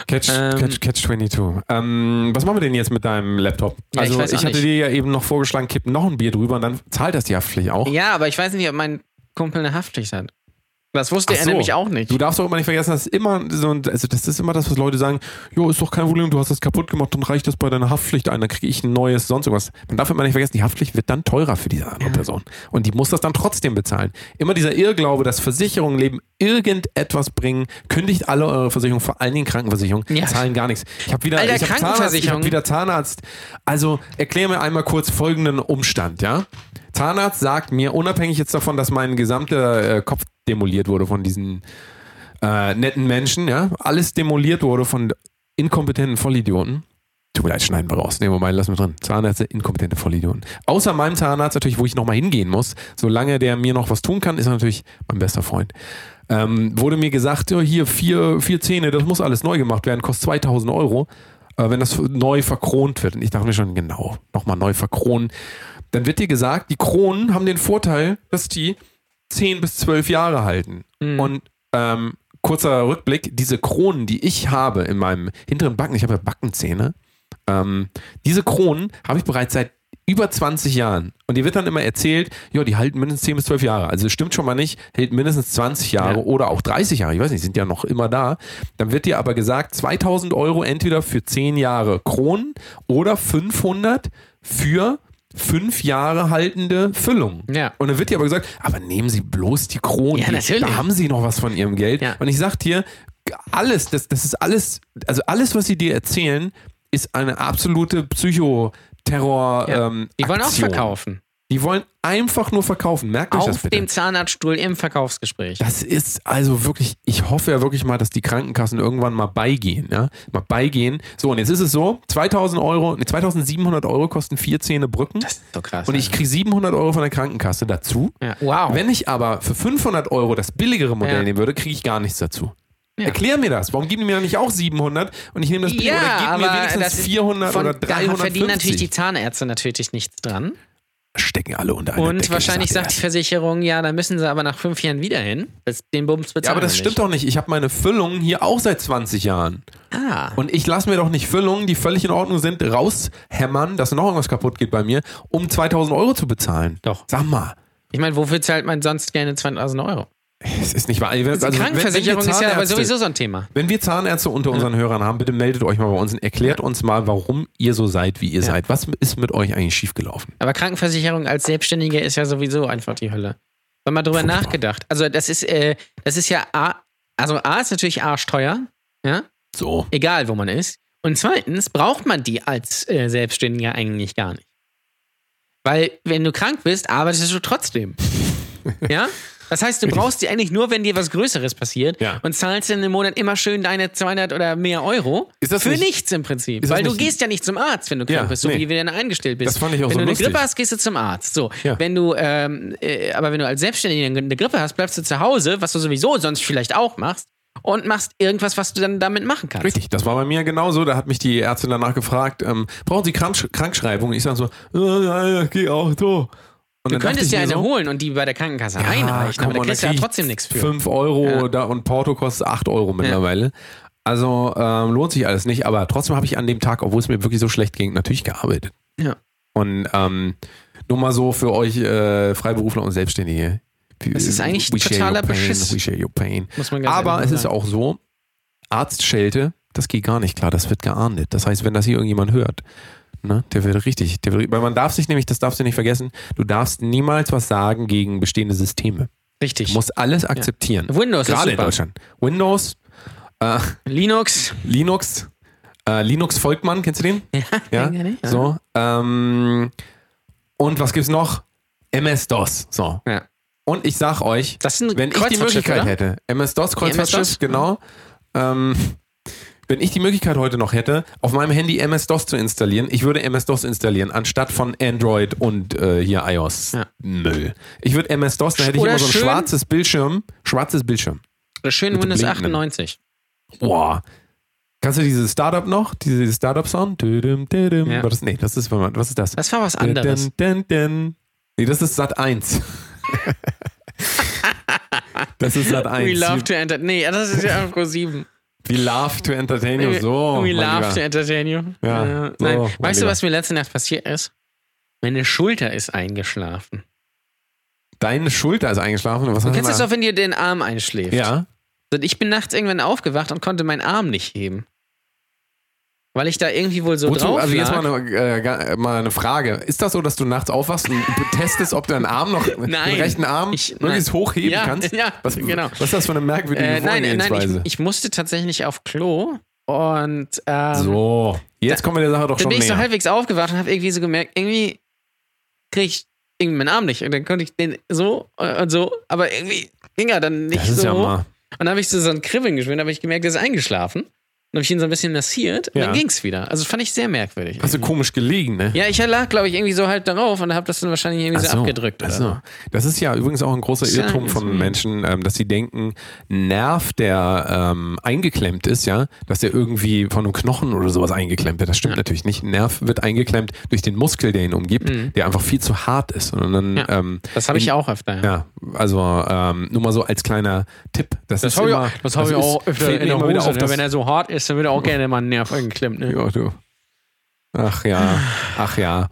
Catch, Ähm. Catch, Catch 22. Ähm, was machen wir denn jetzt mit deinem Laptop? Ja, ich also, weiß ich, auch hatte nicht. dir ja eben noch vorgeschlagen, kipp noch ein Bier drüber und dann zahlt das die Haftpflicht auch. Ja, aber ich weiß nicht, ob mein Kumpel eine Haftpflicht hat. Das wusste Ach er so. nämlich auch nicht. Du darfst auch immer nicht vergessen, dass immer so ein, also das ist immer das, was Leute sagen, jo, ist doch kein Problem, du hast das kaputt gemacht, dann reicht das bei deiner Haftpflicht ein, dann kriege ich ein neues, sonst irgendwas. Man darf immer nicht vergessen, die Haftpflicht wird dann teurer für diese andere Person. Und die muss das dann trotzdem bezahlen. Immer dieser Irrglaube, dass Versicherungen leben irgendetwas bringen, kündigt alle eure Versicherungen, vor allen Dingen Krankenversicherungen, Ja. zahlen gar nichts. Ich habe wieder, Alter, ich hab Zahnarzt, ich Krankenversicherung. hab wieder Zahnarzt. Also erklär mir einmal kurz folgenden Umstand, ja? Zahnarzt sagt mir, unabhängig jetzt davon, dass mein gesamter äh, Kopf demoliert wurde von diesen äh, netten Menschen, ja, alles demoliert wurde von inkompetenten Vollidioten. Tut mir leid, schneiden wir raus. Nee, wobei, lassen wir drin. Zahnärzte, inkompetente Vollidioten. Außer meinem Zahnarzt natürlich, wo ich nochmal hingehen muss. Solange der mir noch was tun kann, ist er natürlich mein bester Freund. Ähm, wurde mir gesagt, ja, hier vier, vier Zähne, das muss alles neu gemacht werden, kostet 2000 Euro, äh, wenn das neu verkront wird. Und ich dachte mir schon, genau, nochmal neu verkronen. Dann wird dir gesagt, die Kronen haben den Vorteil, dass die 10 bis 12 Jahre halten. Und ähm, kurzer Rückblick, diese Kronen, die ich habe in meinem hinteren Backen, ich habe ja Backenzähne, ähm, diese Kronen habe ich bereits seit über 20 Jahren. Und die wird dann immer erzählt, ja, die halten mindestens 10 bis 12 Jahre. Also das stimmt schon mal nicht, hält mindestens 20 Jahre oder auch 30 Jahre, ich weiß nicht, sind ja noch immer da. Dann wird dir aber gesagt, 2000 Euro entweder für 10 Jahre Kronen oder 500 für fünf Jahre haltende Füllung. Ja. Und dann wird dir aber gesagt, aber nehmen Sie bloß die Kronen. Ja, natürlich. Da haben Sie noch was von Ihrem Geld. Ja. Und ich sag dir, alles, das, das ist alles, also alles, was sie dir erzählen, ist eine absolute Psychoterror. Ja. Ähm, Die wollen auch Aktion. verkaufen. Die wollen einfach nur verkaufen. Merkt euch das Auf bitte. dem Zahnarztstuhl im Verkaufsgespräch. Das ist also wirklich, ich hoffe ja wirklich mal, dass die Krankenkassen irgendwann mal beigehen, ja, mal beigehen. So, und jetzt ist es so, 2000 Euro, nee, 2700 Euro kosten vier Zähne Brücken so krass. und ich kriege 700 Euro von der Krankenkasse dazu. also ja. Wow. Wenn ich aber für 500 Euro das billigere Modell Ja. nehmen würde, kriege ich gar nichts dazu. Ja. Erklär mir das. Warum geben die mir dann nicht auch 700 und ich nehme das billigere ja, oder geben mir aber wenigstens das ist- 400 von- oder Da verdienen 350? natürlich die Zahnärzte natürlich nichts dran. stecken alle unter einer Und Decke, wahrscheinlich ich sag dir sagt die das. Versicherung, ja, da müssen sie aber nach fünf Jahren wieder hin. Das, den Bums bezahlen Ja, aber das wir stimmt doch nicht. Ich habe meine Füllungen hier auch seit 20 Jahren. nicht. Ah. Und ich lasse mir doch nicht Füllungen, die völlig in Ordnung sind, raushämmern, dass noch irgendwas kaputt geht bei mir, um 2000 Euro zu bezahlen. Doch. Sag mal. Ich meine, wofür zahlt man sonst gerne 20.000 Euro? Es ist nicht wahr. Also, wenn- wenn wir Krankenversicherung ist ja aber Zahnärzte- sowieso so ein Thema. Wenn wir Zahnärzte unter unseren Hörern haben, bitte meldet euch mal bei uns und erklärt uns mal, warum ihr so seid, wie ihr seid. Was ist mit euch eigentlich schiefgelaufen? Aber Krankenversicherung als Selbstständige ist ja sowieso einfach die Hölle. Wenn man drüber nachgedacht. Also das ist, äh, das ist ja A, also A ist natürlich arschteuer, ja, So. egal wo man ist. Und zweitens braucht man die als äh, Selbstständiger eigentlich gar nicht. Weil wenn du krank bist, arbeitest du trotzdem. ja? Das heißt, du brauchst die eigentlich nur, wenn dir was Größeres passiert Ja. und zahlst in einem Monat immer schön deine 200 oder mehr Euro Ist das für nicht- nichts im Prinzip. ist das Weil du nicht- gehst ja nicht zum Arzt, wenn du krank Ja, bist, so nee. wie wenn du eingestellt bist. Das fand ich auch wenn so du eine lustig. Grippe hast, gehst du zum Arzt. So, Ja. wenn du, ähm, äh, aber wenn du als Selbstständiger eine Grippe hast, bleibst du zu Hause, was du sowieso sonst vielleicht auch machst und machst irgendwas, was du dann damit machen kannst. Richtig, das war bei mir genauso. Da hat mich die Ärztin danach gefragt, ähm, brauchen Sie Krank Krankschreibung? Und ich sage so, äh, ja, ja, geh auch so. Und Du dann dachte könntest ich ja mir eine so, holen und die bei der Krankenkasse einreichen, aber da komm, und kriegst du ja dann krieg ich trotzdem nichts für. 5 Euro Ja. da, und Porto kostet 8 Euro mittlerweile. Also ähm, lohnt sich alles nicht, aber trotzdem habe ich an dem Tag, obwohl es mir wirklich so schlecht ging, natürlich gearbeitet. Ja. Und ähm, nur mal so für euch äh, Freiberufler und Selbstständige. Das ist eigentlich We share your totaler pain, Beschiss. We share your pain. Muss man ganz Aber ehrlich es ist sagen. auch so, Arztschelte, das geht gar nicht klar, das wird geahndet. Das heißt, wenn das hier irgendjemand hört, ne, der wird richtig, der wird, weil man darf sich nämlich, das darfst du nicht vergessen, du darfst niemals was sagen gegen bestehende Systeme. Richtig. Du musst alles akzeptieren. Windows ist Gerade in super. Deutschland. Windows, Linux. Linux, äh, Linux Volkmann, kennst du den? Ja, den kenn ich, ja. so. Ähm, und was gibt's noch? MS-DOS. So. Ja. Und ich sag euch, Das ist ein wenn ich die Kreuzfahrtschiff, Möglichkeit oder? hätte, MS-DOS, Kreuzfahrtschiff, MS-DOS? genau. Ähm, wenn ich die Möglichkeit heute noch hätte, auf meinem Handy MS-DOS zu installieren, ich würde MS-DOS installieren, anstatt von Android und äh, hier iOS. Ja. Müll. Ich würde MS-DOS, da hätte ich Oder immer so ein schön- schwarzes Bildschirm. Schwarzes Bildschirm. Schön Mit Windows blinkenden. 98. Boah. Kannst du dieses Startup noch? Dieses Startup-Sound? Düdüm, düdüm. Ja. War das, nee, das ist, warte mal, was ist das? Das war was anderes. Dün, dün, dün. Nee, das ist Sat 1. das ist Sat 1. We love to entertain. Nee, das ist ja Pro 7. We love to entertain you. So. We mein love Lieber. to entertain you. Ja, Äh, so, nein. mein weißt du, Lieber. was mir letzte Nacht passiert ist? Meine Schulter ist eingeschlafen. Deine Schulter ist eingeschlafen. Was Du hast kennst du das da? doch, wenn dir den Arm einschläft. Ja. Und ich bin nachts irgendwann aufgewacht und konnte meinen Arm nicht heben. Weil ich da irgendwie wohl so Wozu, drauf ne? also jetzt lag. mal eine, äh, ga- mal eine Frage. Ist das so, dass du nachts aufwachst und testest, ob du deinen Arm noch, Nein. den rechten Arm Ich- nein. möglichst hochheben Ja, kannst? ja, was, genau. Was ist das für eine merkwürdige äh, nein, nein, Vorgehensweise? ich, ich musste tatsächlich auf Klo und ähm, So, jetzt kommen wir der Sache doch dann schon bin ich so näher. halbwegs aufgewacht und habe irgendwie so gemerkt, irgendwie kriege ich irgendwie meinen Arm nicht. Und dann konnte ich den so äh, und so, aber irgendwie ging er dann nicht das ist so. ja hoch. mal. und dann habe ich so, so ein Kribbeln gespürt, dann habe ich gemerkt, der ist eingeschlafen. Dann habe ich ihn so ein bisschen massiert und Ja. dann ging's wieder. Also fand ich sehr merkwürdig. Hast du komisch gelegen, ne? Mhm. Ja, ich lag, glaube ich, irgendwie so halt darauf und habe das dann wahrscheinlich irgendwie so, Ach so. abgedrückt. Oder? Ach so. Das ist ja übrigens auch ein großer Ja, Irrtum deswegen. von Menschen, ähm, dass sie denken, Nerv, der ähm, eingeklemmt ist, ja, dass der irgendwie von einem Knochen oder sowas eingeklemmt wird. Das stimmt natürlich nicht. Ein Nerv wird eingeklemmt durch den Muskel, der ihn umgibt, der einfach viel zu hart ist. Und dann, Mhm. Ja. ähm, Das habe ich ja auch öfter. Ja. ja, also ähm, nur mal so als kleiner Tipp. Das, Das ist habe ich, immer, auch- das hab ich Also ist- auch öfter fällt mir in der immer wieder Hose. auf, ne? dass- Wenn er so hart ist, dann wird er auch gerne mal einen Nerv eingeklemmt. Ne? Ja, du. Ach ja, ach ja.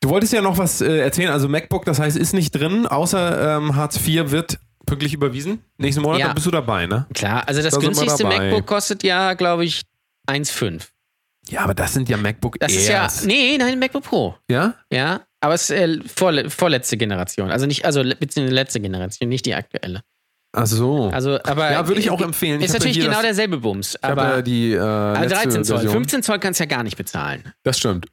Du wolltest ja noch was äh, erzählen, also MacBook, das heißt, ist nicht drin, außer ähm, Hartz IV wird pünktlich überwiesen. Nächsten Monat Ja. dann bist du dabei, ne? Klar, also das Da sind wir günstigste dabei. MacBook kostet ja, glaube ich, 1,5. Ja, aber das sind ja MacBook Das ist ja. Nee, nein, MacBook Pro. ja? Ja, aber es ist äh, vorle vorletzte Generation. Also nicht, also le- beziehungsweise letzte Generation, nicht die aktuelle. Ach so. Also, aber. ja, würde ich auch äh, empfehlen. Ist hab ja natürlich hier genau das, derselbe Bums. ich hab Aber, ja die äh, aber letzte 13 Zoll. Version. 15 Zoll kannst du ja gar nicht bezahlen. Das stimmt.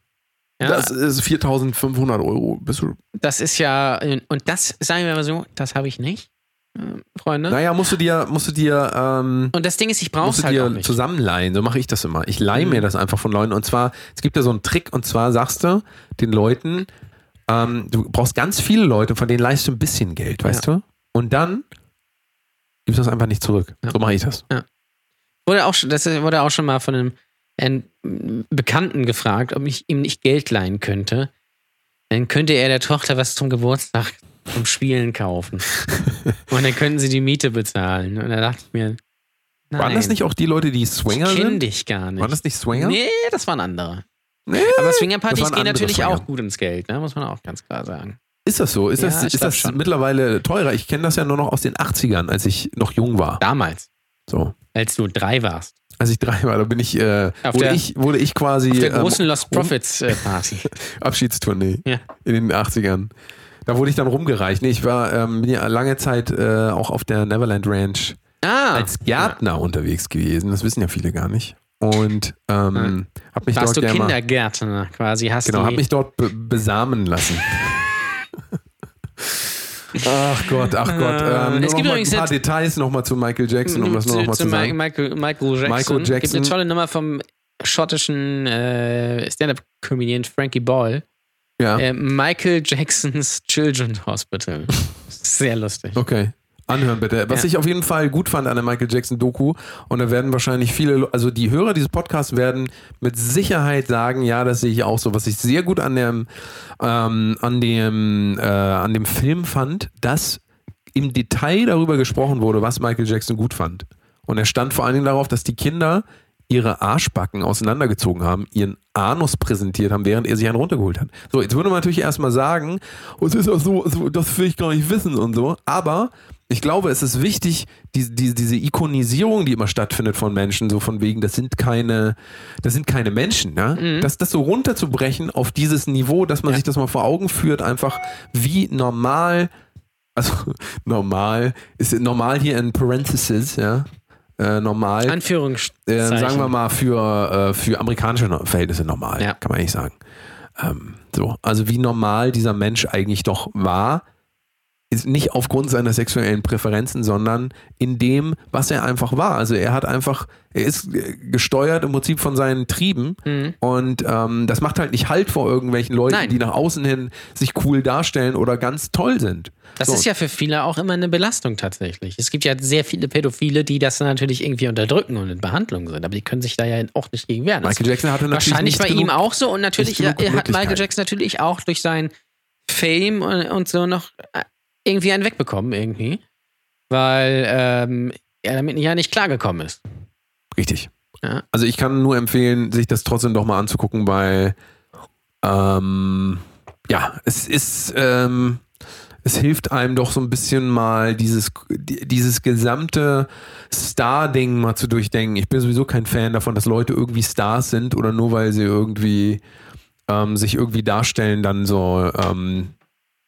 Ja, Das das, ist 4500 Euro. Bist Hm? du, ist ja. Und das, sagen wir mal so, das habe ich nicht, äh, Freunde. naja, musst du dir, musst du dir ähm, Und das Ding ist, ich brauche musst es du halt auch dir nicht. Mhm. zusammenleihen. So mache ich das immer. Ich leihe mir das einfach von Leuten. Und zwar, es gibt ja so einen Trick. Und zwar sagst du den Leuten, ähm, du brauchst ganz viele Leute, von denen leihst du ein bisschen Geld, weißt du? Und dann gibst du das einfach nicht zurück. So mache ich das. Wurde auch schon, das wurde auch schon mal von einem, einem Bekannten gefragt, ob ich ihm nicht Geld leihen könnte. Dann könnte er der Tochter was zum Geburtstag zum Spielen kaufen. Und dann könnten sie die Miete bezahlen. Und da dachte ich mir, nein, Waren das nicht auch die Leute, die ich Swinger kenn sind? dich gar nicht. Waren das nicht Swinger? Nee, das waren andere. Nee, Aber das Swingerpartys waren gehen andere natürlich Swinger. auch gut ins Geld, ne? muss man auch ganz klar sagen. Ist das so? Ist Ja, das, ich ist glaub das schon. mittlerweile teurer? Ich kenne das ja nur noch aus den 80ern, als ich noch jung war. Damals, So. als du drei warst. Als ich drei war, da bin ich, äh, Auf wurde, der- ich wurde ich quasi Auf der ähm, um großen Lost Profits äh, Party. Abschiedstournee Ja. in den 80ern. Da wurde ich dann rumgereicht. Nee, ich war ähm, bin ja lange Zeit äh, auch auf der Neverland Ranch Ah, als Gärtner unterwegs gewesen. Das wissen ja viele gar nicht. Und ähm, habe mich warst dort du gerne mal, Kindergärtner quasi. Hast genau, du hab mich dort be besamen lassen. Ach Gott, ach Gott. Ähm, Es gibt nur noch mal ein übrigens paar jetzt- Details nochmal zu Michael Jackson, um das nur nochmal zu Ma- sagen. Michael, Michael Jackson. Michael Gibt Jackson. eine tolle Nummer vom schottischen äh, Stand-Up-Comedian Frankie Ball. Ja, Äh, Michael Jacksons Children's Hospital. Sehr lustig. okay. Anhören bitte. Was Ja. ich auf jeden Fall gut fand an der Michael Jackson Doku, und da werden wahrscheinlich viele, also die Hörer dieses Podcasts werden mit Sicherheit sagen, ja, das sehe ich auch so. Was ich sehr gut an dem, ähm, an dem, äh, an dem Film fand, dass im Detail darüber gesprochen wurde, was Michael Jackson gut fand. Und er stand vor allen Dingen darauf, dass die Kinder ihre Arschbacken auseinandergezogen haben, ihren Anus präsentiert haben, während er sich einen runtergeholt hat. So, jetzt würde man natürlich erstmal sagen, oh, das ist doch so, so, das will ich gar nicht wissen und so, aber ich glaube, es ist wichtig, die, die, diese Ikonisierung, die immer stattfindet von Menschen, so von wegen, das sind keine, das sind keine Menschen, ne? das, das so runterzubrechen auf dieses Niveau, dass man sich das mal vor Augen führt, einfach wie normal also normal, ist normal hier in Parentheses, ja. Äh, normal, Anführungszeichen. äh, sagen wir mal, für, äh, für amerikanische No- Verhältnisse normal, Ja. kann man nicht sagen. Ähm, so, also wie normal dieser Mensch eigentlich doch war, ist nicht aufgrund seiner sexuellen Präferenzen, sondern in dem, was er einfach war. Also er hat einfach, er ist äh, gesteuert im Prinzip von seinen Trieben und ähm, das macht halt nicht Halt vor irgendwelchen Leuten, Mhm. Nein. die nach außen hin sich cool darstellen oder ganz toll sind. Das So, ist ja für viele auch immer eine Belastung tatsächlich. Es gibt ja sehr viele Pädophile, die das dann natürlich irgendwie unterdrücken und in Behandlung sind, aber die können sich da ja auch nicht gegen wehren. Das Michael Jackson hatte natürlich Wahrscheinlich nicht bei genug, ihm auch so und natürlich äh, nicht genug hat Michael Möglichkeiten. Jackson natürlich auch durch sein Fame und, und so noch äh, irgendwie einen wegbekommen, irgendwie. Weil ähm, er damit ja nicht klargekommen ist. Richtig. Ja. Also ich kann nur empfehlen, sich das trotzdem doch mal anzugucken, weil ähm, ja, es ist ähm, es hilft einem doch so ein bisschen mal dieses die- dieses gesamte Star-Ding mal zu durchdenken. Ich bin sowieso kein Fan davon, dass Leute irgendwie Stars sind oder nur weil sie irgendwie ähm, sich irgendwie darstellen, dann so ähm,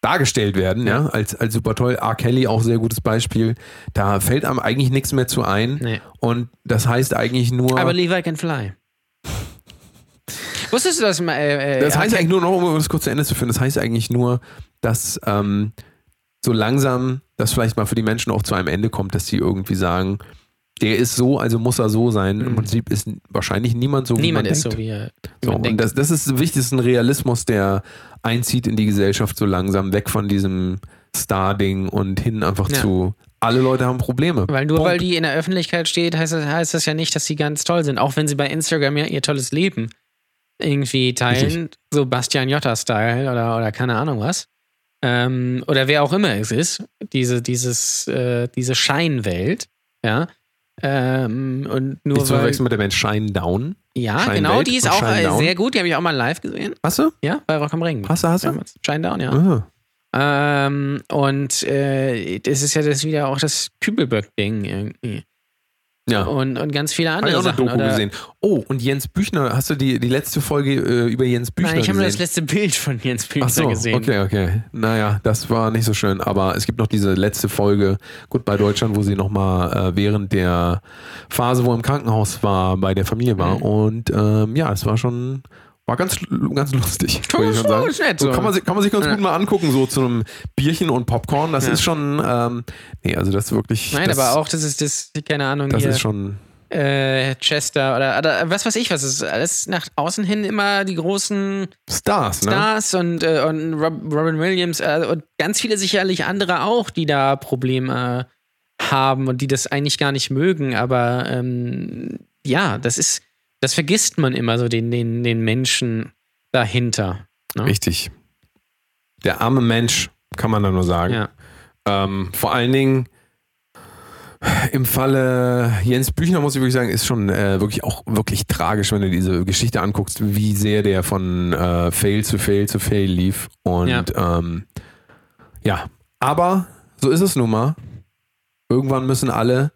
dargestellt werden, ja, als, als super toll. R. Kelly auch sehr gutes Beispiel. Da fällt einem eigentlich nichts mehr zu ein. Nee. Und das heißt eigentlich nur. Aber Levi can fly. Wusstest du das mal? Äh, äh, das heißt eigentlich nur, noch um das kurz zu Ende zu führen, das heißt eigentlich nur, dass ähm, so langsam das vielleicht mal für die Menschen auch zu einem Ende kommt, dass sie irgendwie sagen, Der ist so, also muss er so sein. Im Prinzip ist wahrscheinlich niemand so, wie Mhm. Niemand man ist denkt. so, wie er wie So, man und denkt. das, das ist wichtig, das ist ein Realismus, der einzieht in die Gesellschaft so langsam, weg von diesem Star-Ding und hin einfach Ja. zu, alle Leute haben Probleme. Weil nur Punkt. weil die in der Öffentlichkeit steht, heißt das, heißt das ja nicht, dass sie ganz toll sind. Auch wenn sie bei Instagram ja ihr tolles Leben irgendwie teilen, so Bastian Jotta-Style oder, oder keine Ahnung was. Ähm, oder wer auch immer es ist, diese, dieses, äh, diese Scheinwelt, ja. Ähm, und nur Nicht zu weil, verwechseln mit der Band Shine Down. ja, Scheinwelt genau, die ist und auch äh, Scheindown. sehr gut, die habe ich auch mal live gesehen, Hast du? ja, bei Rock am Ring. Hast du, hast du? Damals. Shinedown, ja. Ah. Ähm, und äh, das ist ja das wieder auch das Kübelböck-Ding irgendwie. Ja. Und, und ganz viele Habe ich andere auch Sachen. eine Doku oder, gesehen. Oh, und Jens Büchner, hast du die, die letzte Folge äh, über Jens Büchner Nein, ich habe nur das gesehen? letzte Bild von Jens Büchner Ach so, gesehen. okay, okay. Naja, das war nicht so schön, aber es gibt noch diese letzte Folge, gut bei Deutschland, wo sie nochmal äh, während der Phase, wo er im Krankenhaus war, bei der Familie Mhm. war. Und ähm, ja, es war schon, war ganz, ganz lustig, Ja, würde ich schon so, sagen. ist nett so. so. kann, man, sich- kann man sich ganz gut mal angucken, so zu einem Bierchen und Popcorn. Das ist schon, ähm, nee, also das ist wirklich. Nein, das, aber auch das ist das, keine Ahnung, Das hier, ist schon. äh, Chester oder, oder was weiß ich, was es ist. Alles nach außen hin immer die großen Stars, ne? Stars und, äh, und Rob, Robin Williams äh, und ganz viele sicherlich andere auch, die da Probleme haben und die das eigentlich gar nicht mögen. Aber ähm, ja, das ist, das vergisst man immer so den, den, den Menschen dahinter. ne? Richtig. Der arme Mensch, kann man da nur sagen. Ja. Ähm, vor allen Dingen im Falle Jens Büchner, muss ich wirklich sagen, ist schon äh, wirklich auch wirklich tragisch, wenn du diese Geschichte anguckst, wie sehr der von äh, Fail zu Fail zu Fail lief. Und Ja. ja, ähm, ja. aber so ist es nun mal. Irgendwann müssen alle,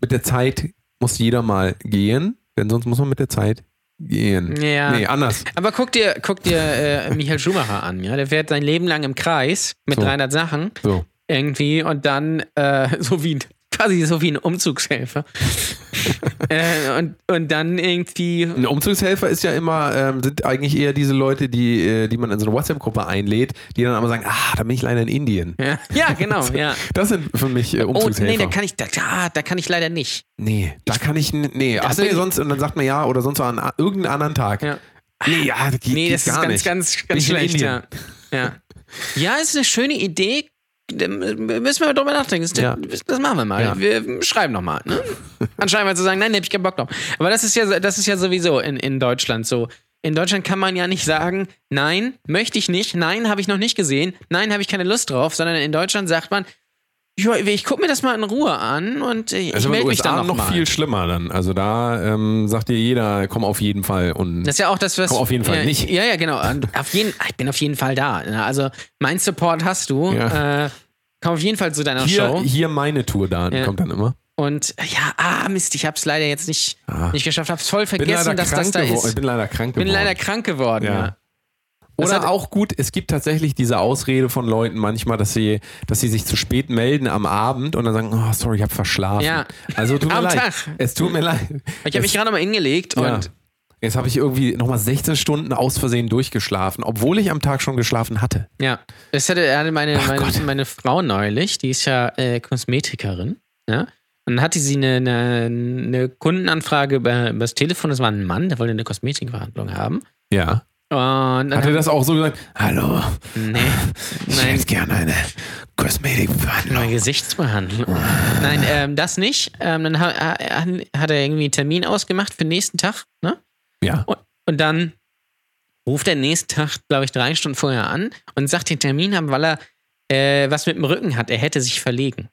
mit der Zeit muss jeder mal gehen, denn sonst muss man mit der Zeit gehen. Ja. Nee, anders. Aber guck dir, guck dir äh, Michael Schumacher an, ja. Der fährt sein Leben lang im Kreis mit So. 300 Sachen So. irgendwie und dann äh, so wie ein- quasi so wie ein Umzugshelfer. äh, und, und dann irgendwie Ein Umzugshelfer ist ja immer, ähm, sind eigentlich eher diese Leute, die, äh, die man in so eine WhatsApp-Gruppe einlädt, die dann aber sagen, ah, da bin ich leider in Indien. Ja, ja genau, ja. Das sind für mich äh, Oh, Umzugshelfer. nee, da kann ich, da, da, da kann ich leider nicht. Nee, da kann ich, n- nee, ach nee, bin- sonst, und dann sagt man ja, oder sonst an a- irgendeinen anderen Tag. also Ja. Nee, ja, das geht, Nee, geht das ist gar ganz, nicht. ganz, Bin ganz ich in schlecht, ja. Indien. ja. Ja, ist eine schöne Idee. Da müssen wir drüber nachdenken. Das, Ja. das machen wir mal. Ja. Wir schreiben nochmal. Ne? Anscheinend mal zu sagen, nein, da hab ich keinen Bock drauf. Aber das ist ja, das ist ja sowieso in, in Deutschland so. In Deutschland kann man ja nicht sagen, nein, möchte ich nicht, nein, habe ich noch nicht gesehen, nein, habe ich keine Lust drauf, sondern in Deutschland sagt man, ja, ich gucke mir das mal in Ruhe an und äh, ich Also in melde den mich USA dann noch, noch mal. viel schlimmer dann. Also da ähm, sagt dir jeder, komm auf jeden Fall und Das ist ja auch das, was. Komm, auf jeden Fall ja, nicht. Ja, ja, genau. Und Auf jeden, ich bin auf jeden Fall da. ne? Also, mein Support hast du. Ja. Äh, komm auf jeden Fall zu deiner hier, Show. hier meine Tour da Ja. kommt dann immer. Und äh, ja, ah, Mist, ich hab's leider jetzt nicht, Ah. nicht geschafft. Hab's voll Bin leider vergessen, dass das krank da geworden. ist. Ich bin leider krank Bin geworden. leider krank geworden. Ja. Ja. Das Oder hat- auch gut, es gibt tatsächlich diese Ausrede von Leuten manchmal, dass sie, dass sie sich zu spät melden am Abend und dann sagen, oh, sorry, ich habe verschlafen. Ja. Also tut mir Am leid. Tag. Es tut mir leid. Ich habe mich gerade mal hingelegt ja. und Jetzt habe ich irgendwie nochmal 16 Stunden aus Versehen durchgeschlafen, obwohl ich am Tag schon geschlafen hatte. ja. Das hatte hatte meine, Ach meine, Gott. meine Frau neulich, die ist ja äh, Kosmetikerin. Ja? Und dann hatte sie eine, eine, eine Kundenanfrage über, über das Telefon. Das war ein Mann, der wollte eine Kosmetikbehandlung haben. Ja. Und dann Hat er das auch so gesagt? Hallo, Nee. ich Nein, hätte gerne eine eine Kosmetikbehandlung. Gesichtsbehandlung. Nein, ähm, das nicht. Ähm, dann ha- ha- hat er irgendwie einen Termin ausgemacht für den nächsten Tag. Ne? Ja. Und, und dann ruft er nächsten Tag, glaube ich, drei Stunden vorher an und sagt den Termin haben, weil er äh, was mit dem Rücken hat. Er hätte sich verlegen.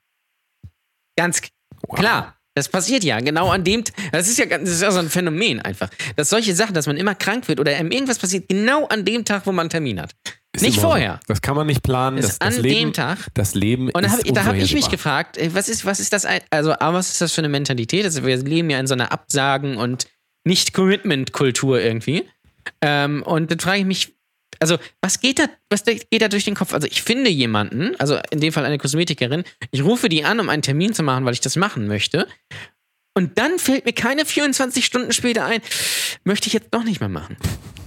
Ganz k- klar. Das passiert ja, genau an dem. T- Das ist ja, ganz- das ist ja so ein Phänomen einfach. Dass solche Sachen, dass man immer krank wird oder einem irgendwas passiert, genau an dem Tag, wo man einen Termin hat. Ist nicht immer so. vorher. Das kann man nicht planen. Ist das, an das Leben, dem Tag. Das Leben Und da ist habe ich, da hab ich mich unvorhersehbar. gefragt, äh, was ist, was ist das, ein- also A, was ist das für eine Mentalität? Also wir leben ja in so einer Absagen- und Nicht-Commitment-Kultur irgendwie. Ähm, und dann frage ich mich, also was geht da, was de- geht da durch den Kopf? Also ich finde jemanden, also in dem Fall eine Kosmetikerin, ich rufe die an, um einen Termin zu machen, weil ich das machen möchte. Und dann fällt mir keine 24 Stunden später ein, möchte ich jetzt noch nicht mehr machen.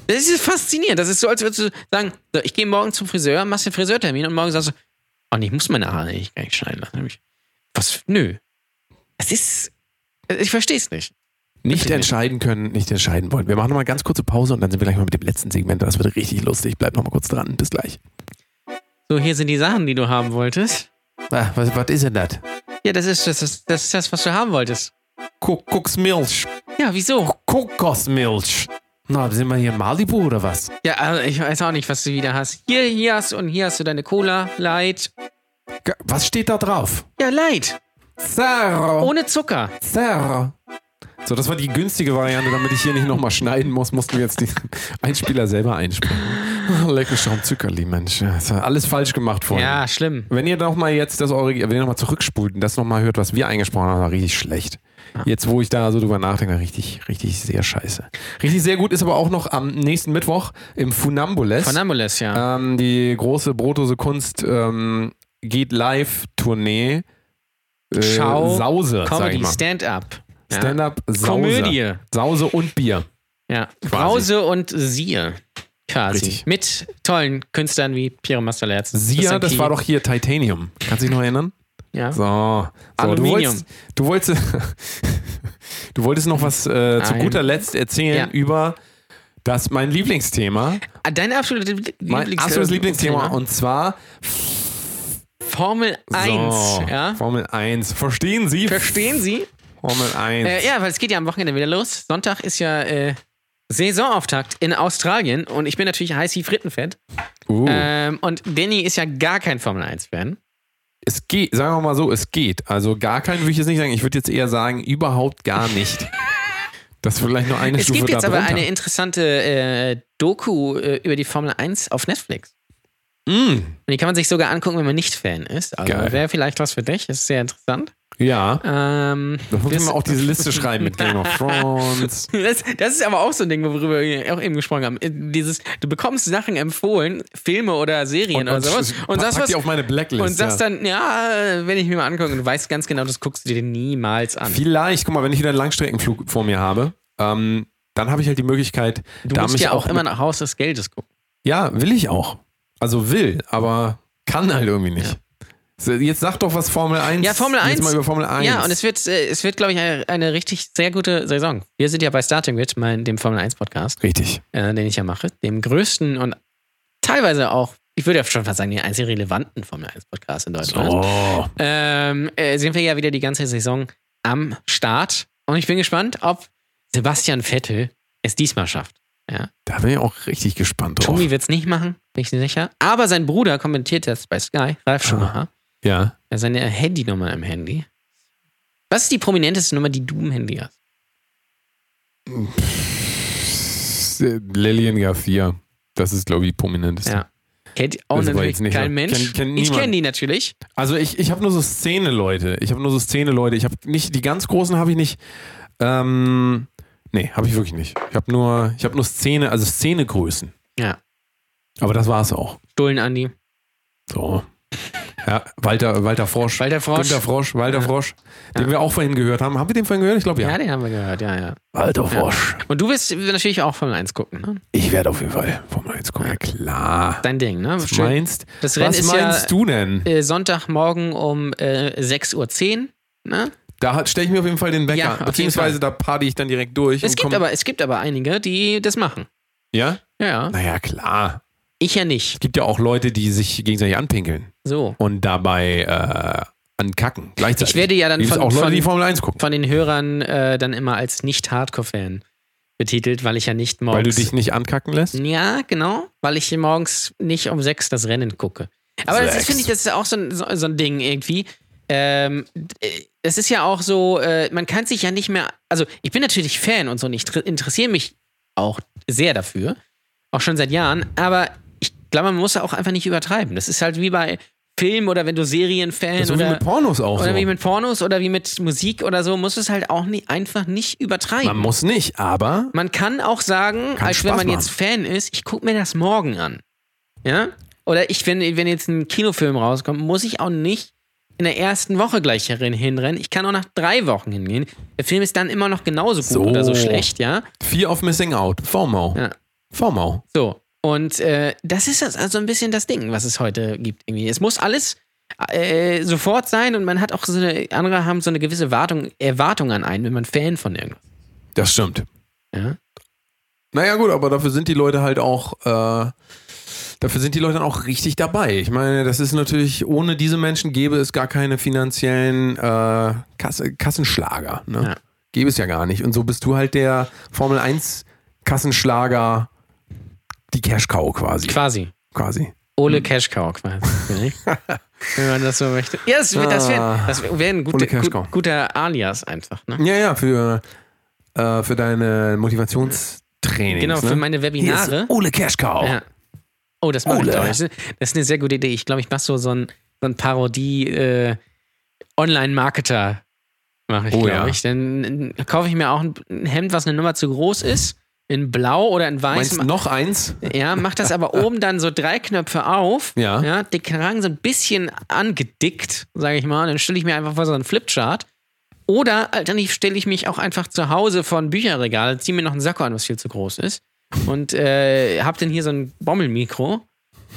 Das ist faszinierend. Das ist so, als würdest du sagen, so, ich gehe morgen zum Friseur, machst den Friseurtermin und morgen sagst du, Ah, oh, nee, ich muss meine Haare nicht, gar nicht schneiden lassen. Hab ich- Was? Nö. Das ist, Ich verstehe es nicht. Nicht entscheiden können, nicht entscheiden wollen. Wir machen nochmal ganz kurze Pause und dann sind wir gleich mal mit dem letzten Segment. Das wird richtig lustig. Bleibt nochmal kurz dran. Bis gleich. So, hier sind die Sachen, die du haben wolltest. Ah, was, was ist denn das? Ja, das ist das, ist, das, ist das was du haben wolltest. Kuckucksmilch. Ja, wieso? Kokosmilch. Na, sind wir hier in Malibu oder was? Ja, also ich weiß auch nicht, was du wieder hast. Hier, hier hast und hier hast du deine Cola, Light. Ge- Was steht da drauf? Ja, Light. Zero. Ohne Zucker. Zero. So, das war die günstige Variante, damit ich hier nicht nochmal schneiden muss, mussten wir jetzt den Einspieler selber einspielen. Lecker Schaumzuckerli, Mensch. Das war alles falsch gemacht vorhin. Ja, schlimm. Wenn ihr noch mal jetzt das eure, wenn ihr noch mal zurückspult und das noch mal hört, was wir eingesprochen haben, war richtig schlecht. Jetzt, wo ich da so drüber nachdenke, richtig, richtig sehr scheiße. Richtig sehr gut ist aber auch noch am nächsten Mittwoch im Funambules. Funambules, ja. ähm, die große Brotose Kunst ähm, geht live Tournee. Äh, Schau, Sause, sag ich Comedy, mal. Stand-up. Ja. Stand-up, Sause. Komödie. Sause und Bier. Ja. Brause und Siehe. Quasi. Richtig. Mit tollen Künstlern wie Piero Masterlerz. Sia, Christian das Key. war doch hier Titanium. Kannst du dich noch erinnern? Ja. So, so du Aluminium. wolltest, du wolltest, du wolltest noch was äh, zu Ein- guter Letzt erzählen Ja. über das mein Lieblingsthema, Ah, Dein absolutes mein Lieblings äh, absolutes Lieblingsthema und zwar Formel 1. so, Ja. Formel 1. Verstehen Sie? Verstehen Sie? Formel 1. Äh, ja, weil es geht ja am Wochenende wieder los. Sonntag ist ja äh, Saisonauftakt in Australien und ich bin natürlich heiß wie Frittenfett. uh, Ähm, und Danny ist ja gar kein Formel 1-Fan. es geht, sagen wir mal so, es geht. Also gar kein würde ich jetzt nicht sagen. Ich würde jetzt eher sagen, überhaupt gar nicht. Das ist vielleicht nur eine Es Stufe gibt jetzt aber darunter. eine interessante äh, Doku äh, über die Formel 1 auf Netflix. Und die kann man sich sogar angucken, wenn man nicht Fan ist. Also Mm. Geil. wäre vielleicht was für dich, ist sehr interessant. Ja, Ähm, da muss das, man auch diese Liste schreiben mit Game of Thrones. das, das ist aber auch so ein Ding, worüber wir auch eben gesprochen haben. Äh, Dieses, du bekommst Sachen empfohlen, Filme oder Serien oder Genau, sowas, und pack sagst was, die auf meine Blacklist. und sagst ja. dann, ja, wenn ich mir mal angucke, und du weißt ganz genau, das guckst du dir niemals an. Vielleicht, guck mal, wenn ich wieder einen Langstreckenflug vor mir habe, ähm, dann habe ich halt die Möglichkeit, du da musst mich ja auch immer mit, nach Haus des Geldes gucken. Ja, will ich auch. Also will, aber kann halt irgendwie nicht. So, Jetzt sag doch was Formel 1. Ja, Formel 1. Jetzt mal über Formel 1. Ja, und es wird, äh, es wird glaube ich, eine, eine richtig sehr gute Saison. Wir sind ja bei Starting Grid, mein, dem Formel 1 Podcast, Richtig. äh, den ich ja mache, dem größten und teilweise auch, ich würde ja schon fast sagen, den einzigen relevanten Formel 1 Podcast in Deutschland. Oh. Ähm, äh, sind wir ja wieder die ganze Saison am Start. Und ich bin gespannt, ob Sebastian Vettel es diesmal schafft. Ja. Da bin ich auch richtig gespannt drauf. Tommy wird es nicht machen, bin ich mir sicher. Aber sein Bruder kommentiert das bei Sky, Ah. Ralf Schumacher. Ja. Ja, Seine Handynummer im Handy. Was ist die prominenteste Nummer, die du im Handy hast? äh, Lillian Garcia. Das ist, glaube ich, prominenteste. Ja. Kennt auch Das weiß natürlich ich nicht, kein ne? Mensch. Kennt- kennt ich niemand. kenne die natürlich. Also ich, ich habe nur so Szene-Leute. Ich habe nur so Szene-Leute. Ich habe nicht, die ganz großen habe ich nicht. Ähm, nee, habe ich wirklich nicht. Ich habe nur, ich habe nur Szene, also Szenegrößen. Ja. Aber das war's auch. Stullen Andi. So. Ja, Walter, Walter Frosch. Walter Frosch. Günter Frosch, Walter Frosch, den wir auch vorhin gehört haben. Haben wir den vorhin gehört? Ich glaube Ja. ja. den haben wir gehört, ja, ja. Walter Frosch. Und du wirst natürlich auch Formel 1 gucken, ne? Ich werde auf jeden Fall Formel 1 gucken. Ja, klar. Dein Ding, ne? Was meinst, Das Rennen was ist ja- meinst du denn? Äh, Sonntagmorgen um äh, 6.10 Uhr, ne? Da stelle ich mir auf jeden Fall den Wecker. Ja, auf jeden beziehungsweise Fall. da party ich dann direkt durch. Es und gibt, komm- aber, es gibt aber einige, die das machen. Ja? Ja, ja. Naja, klar. Ich ja nicht. Es gibt ja auch Leute, die sich gegenseitig anpinkeln So. und dabei äh, ankacken. Gleichzeitig. Ich werde ja dann Gibt es von- auch Leute, von- die Formel 1 gucken, Von den Hörern äh, dann immer als Nicht-Hardcore-Fan betitelt, weil ich ja nicht morgens. weil du dich nicht ankacken lässt. Ja, genau, weil ich hier morgens nicht um sechs das Rennen gucke. Aber das ist, Sechs. finde ich, das ist auch so ein, so, so ein Ding irgendwie. Ähm, d- es ist ja auch so, äh, man kann sich ja nicht mehr. Also, ich bin natürlich Fan und so und ich tr- interessiere mich auch sehr dafür. Auch schon seit Jahren. Aber ich glaube, man muss auch einfach nicht übertreiben. Das ist halt wie bei Film oder wenn du Serienfan So wie oder, mit Pornos auch oder so. wie mit Pornos oder wie mit Musik oder so, muss es halt auch nie, einfach nicht übertreiben. Man muss nicht, aber Man kann auch sagen, Kann als Spaß wenn man machen. jetzt Fan ist, ich gucke mir das morgen an. Ja? Oder ich, wenn, wenn jetzt ein Kinofilm rauskommt, muss ich auch nicht in der ersten Woche gleich hin- hinrennen. Ich kann auch nach drei Wochen hingehen. Der Film ist dann immer noch genauso gut So. oder so schlecht, ja. Fear of Missing Out. FOMO. Ja. FOMO. So. Und äh, das ist das also ein bisschen das Ding, was es heute gibt. Irgendwie. Es muss alles, äh, sofort sein und man hat auch so eine, andere haben so eine gewisse Wartung, Erwartung an einen, wenn man Fan von irgendwas. Das stimmt. Ja? Naja, gut, aber dafür sind die Leute halt auch, äh, dafür sind die Leute dann auch richtig dabei. Ich meine, das ist natürlich, ohne diese Menschen gäbe es gar keine finanziellen äh, Kasse, Kassenschlager. Ne? Ja. Gäbe es ja gar nicht. Und so bist du halt der Formel 1 Kassenschlager, die Cash Cow quasi. Quasi. quasi. Ole Cash Cow quasi. wenn man das so möchte. Ja, das wäre das wär, das wär ein Ole guter, Cash gut, Cow. guter Alias einfach. Ne? Ja, ja, für, äh, für deine Motivationstrainings. Genau, ne? für meine Hier Webinare. ist Ole Cash Cow. Ja. Oh, das mache ich, Ole. glaube ich. Das ist eine sehr gute Idee. Ich glaube, ich mache so, so ein, so ein Parodie-Online-Marketer. mache ich, Oh, glaube ja. ich. Dann äh, kaufe ich mir auch ein, ein Hemd, was eine Nummer zu groß ist. In blau oder in weiß. Meinst du noch eins? Ja, mach das aber oben dann so drei Knöpfe auf. Ja. ja den Kragen so ein bisschen angedickt, sage ich mal. Und dann stelle ich mir einfach vor so einen Flipchart. Oder alternativ stelle ich mich auch einfach zu Hause vor ein Bücherregal, ziehe mir noch einen Sakko an, was viel zu groß ist. Und äh, hab dann hier so ein Bommelmikro.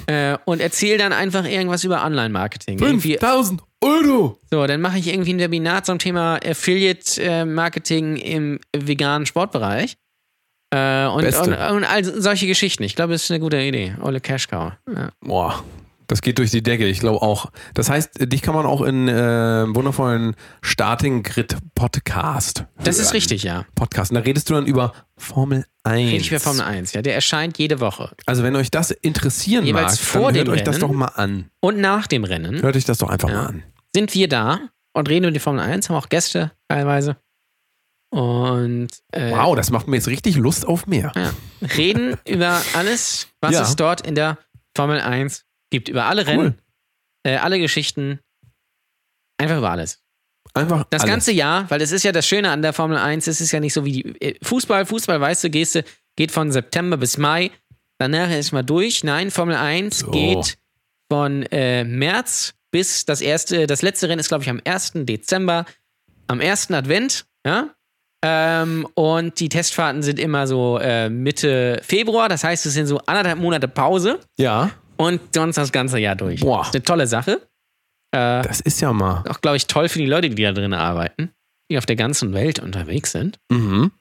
Äh, und erzähle dann einfach irgendwas über Online-Marketing. Irgendwie- 5000 Euro. So, dann mache ich irgendwie ein Webinar zum Thema Affiliate-Marketing im veganen Sportbereich. Äh, und, Beste. und, und all solche Geschichten. Ich glaube, das ist eine gute Idee. Olle Cashcow. Ja. Boah, das geht durch die Decke, ich glaube auch. Das heißt, dich kann man auch in äh, im wundervollen Starting Grid Podcast. Das ist hören. richtig, ja. Podcast. Und da redest du dann über Formel 1. Rede ich über Formel 1. Ja, der erscheint jede Woche. Also, wenn euch das interessieren Jeweils mag, vor dann hört dem euch das Rennen. doch mal an. Und nach dem Rennen Hört euch das doch einfach mal an. sind wir da und reden über die Formel 1, haben auch Gäste teilweise. Und äh, Wow, das macht mir jetzt richtig Lust auf mehr. ja, reden über alles, was Ja. es dort in der Formel 1 gibt. Über alle Rennen, äh, alle Geschichten. Einfach über alles. Einfach Das alles. ganze Jahr, weil das ist ja das Schöne an der Formel 1, es ist ja nicht so wie die äh, Fußball, Fußball, weißt du, Geste geht von September bis Mai, danach ist mal durch. Nein, Formel 1 geht von äh, März bis das erste, das letzte Rennen ist, glaube ich, am 1. Dezember, am 1. Advent, ja. Ähm, und die Testfahrten sind immer so äh, Mitte Februar, das heißt, es sind so anderthalb Monate Pause Ja, und sonst das ganze Jahr durch. Boah. Das ist eine tolle Sache das ist ja mal. auch, glaube ich, toll für die Leute, die da drin arbeiten, die auf der ganzen Welt unterwegs sind. Mhm.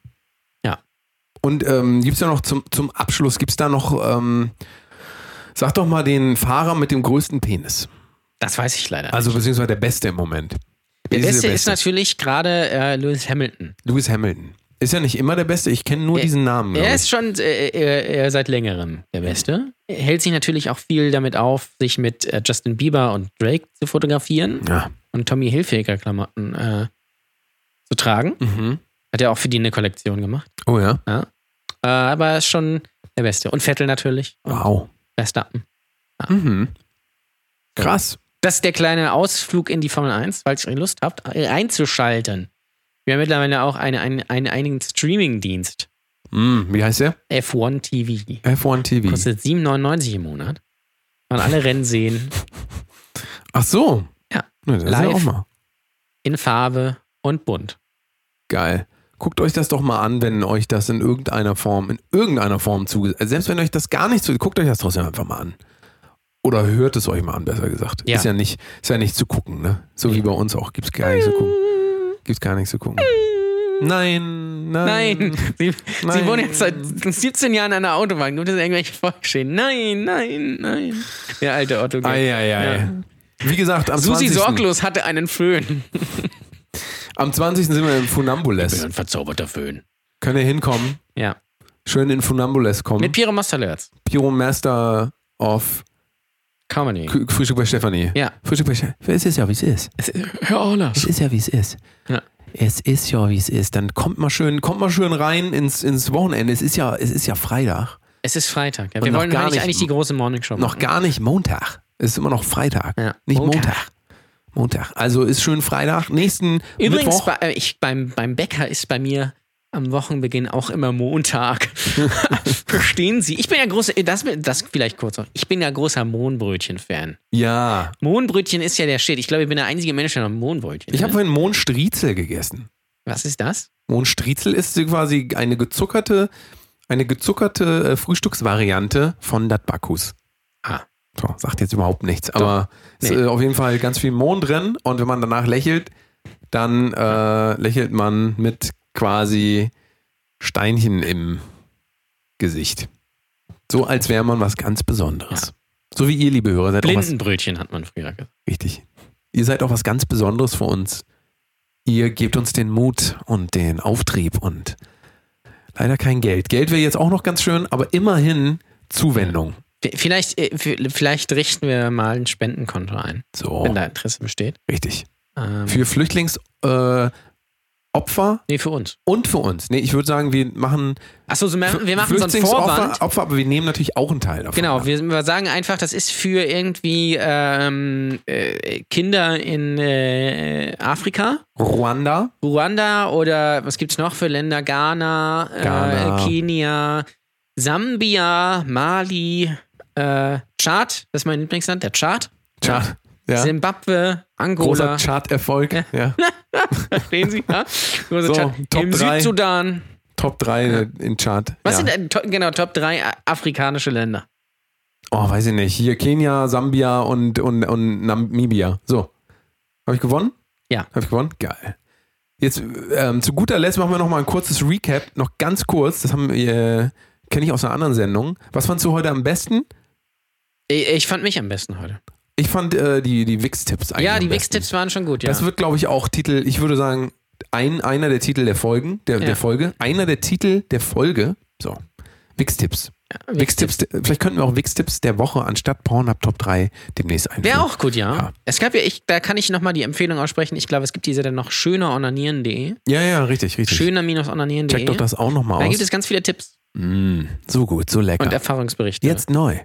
Ja. Und ähm, gibt es da noch zum, zum Abschluss, gibt es da noch, ähm, sag doch mal den Fahrer mit dem größten Penis. Das weiß ich leider. Also beziehungsweise der Beste im Moment. der Beste ist natürlich gerade äh, Lewis Hamilton. Lewis Hamilton. Ist ja nicht immer der Beste, ich kenne nur Er- diesen Namen. glaub Er ich. ist schon äh, äh, äh, seit längerem der Beste. Er hält sich natürlich auch viel damit auf, sich mit äh, Justin Bieber und Drake zu fotografieren Ja. und Tommy Hilfiger Klamotten äh, zu tragen. Mhm. Hat er auch für die eine Kollektion gemacht. Oh ja. Äh, aber er ist schon der Beste. Und Vettel natürlich. Wow. Verstappen. Mhm. Krass. Das ist der kleine Ausflug in die Formel 1, falls ihr Lust habt, äh, einzuschalten. Wir haben mittlerweile auch einen, einen, einen, einen Streaming-Dienst. Mhm. Wie heißt der? F1 TV. F1 TV. Kostet 7,99 im Monat. Kann alle Rennen sehen. Ach so. Ja. Na, das Ist ja Live. auch mal. In Farbe und bunt. Geil. Guckt euch das doch mal an, wenn euch das in irgendeiner Form, in irgendeiner Form zugesagt. Also selbst wenn euch das gar nicht zu, guckt euch das trotzdem einfach mal an. Oder hört es euch mal an, besser gesagt. Ja. Ist ja nicht, ist ja nicht zu gucken, ne? So wie bei uns auch. Gibt's gar nichts zu gucken. Gibt's gar nichts zu gucken. Nein, nein. Nein, sie, Nein. sie wohnen jetzt seit 17 Jahren an der Autobahn. Gibt es irgendwelche Folgeschäden? Nein, nein, nein. Der alte Otto. Gerd. Ei, ei, ei. Wie gesagt, am Susi 20. Sorglos hatte einen Föhn. Am 20. sind wir in Funambules. Ein verzauberter Föhn. Könnt ihr hinkommen? Ja. Schön in Funambules kommen. Mit Piero Masterlerz. Pyro Master of Comedy. K Frühstück bei Stefanie. Ja. Frühstück bei Stefanie. Es ist ja, wie es ist. Hör Olaf. Es ist ja, wie es ist. Ja. Es ist ja, wie es ist. Dann kommt mal schön, kommt mal schön rein ins, ins Wochenende. Es ist ja, es ist ja Freitag. Es ist Freitag. Ja, Und wir noch wollen gar eigentlich, nicht- eigentlich die große Morning Show. Noch machen. gar nicht Montag. Es ist immer noch Freitag. Ja. Nicht Montag. Montag. Montag. Also ist schön Freitag. Nächsten Übrigens, Mittwoch. bei, äh, ich, beim, beim Bäcker ist bei mir am Wochenbeginn auch immer Montag. Verstehen Sie? Ich bin ja großer, das, das vielleicht kurz noch. Ich bin ja großer Mohnbrötchen-Fan. Ja. Mohnbrötchen ist ja der Shit. Ich glaube, ich bin der einzige Mensch, der noch Mohnbrötchen. Ich habe ne? vorhin Mohnstriezel gegessen. Was ist das? Mohnstriezel ist quasi eine gezuckerte, eine gezuckerte äh, Frühstücksvariante von Datbakus. Ah. So, sagt jetzt überhaupt nichts, aber es Nee. ist äh, auf jeden Fall ganz viel Mond drin und wenn man danach lächelt, dann äh, lächelt man mit quasi Steinchen im Gesicht. So als wäre man was ganz Besonderes. So wie ihr, liebe Hörer, seid auch was Blindenbrötchen hat man früher gesagt. Richtig. Ihr seid auch was ganz Besonderes für uns. Ihr gebt uns den Mut und den Auftrieb und leider kein Geld. Geld wäre jetzt auch noch ganz schön, aber immerhin Zuwendung. V- Vielleicht, äh, v- vielleicht richten wir mal ein Spendenkonto ein, So, wenn da Interesse besteht. richtig. Ähm, Für Flüchtlingsopfer äh, Opfer nee, für uns. und für uns. Nee, ich würde sagen, wir machen Achso, so, Ähm, wir wir machen so einen Flüchtlingsopfer, Vorwand. Opfer, aber wir nehmen natürlich auch einen Teil davon. Genau, ab. wir, wir sagen einfach, das ist für irgendwie ähm, äh, Kinder in äh, Afrika, Ruanda, Ruanda oder was gibt's noch für Länder? Ghana, Ghana. Äh, Kenia, Sambia, Mali, äh, Chad, das ist mein Lieblingsland, der Chad, Chad, ja. Simbabwe, Angola, großer Chart-Erfolg. Ja. verstehen Sie? Ja? Großer So, Chad. Top Im drei. Südsudan. Top 3 in Chart. Was ja. sind äh, to genau Top 3 afrikanische Länder? Oh, weiß ich nicht. Hier Kenia, Sambia und, und, und Namibia. So. Habe ich gewonnen? Ja. Habe ich gewonnen? Geil. Jetzt ähm, zu guter Letzt machen wir nochmal ein kurzes Recap. Noch ganz kurz. Das haben wir, äh, kenne ich aus einer anderen Sendung. Was fandst du heute am besten? Ich, ich fand mich am besten heute. Ich fand äh, die, die Wix-Tipps eigentlich. Ja, die am besten. Wix-Tipps waren schon gut, ja. Das wird, glaube ich, auch Titel. Ich würde sagen, ein, einer der Titel der Folgen. Der, Ja. der Folge. Einer der Titel der Folge. So. Wix-Tipps. Wix-Tipps. Vielleicht könnten wir auch Wix-Tipps der Woche anstatt Pornhub Top 3 demnächst einführen. Wäre auch gut, ja. Ja. Es gab ja, ich, da kann ich nochmal die Empfehlung aussprechen. Ich glaube, es gibt diese dann noch schöner onanieren.de. Ja, ja, richtig, richtig. Schöner-onanieren.de. Check doch das auch nochmal Da aus. gibt es ganz viele Tipps Mm, so gut, so lecker. und Erfahrungsberichte. Jetzt neu.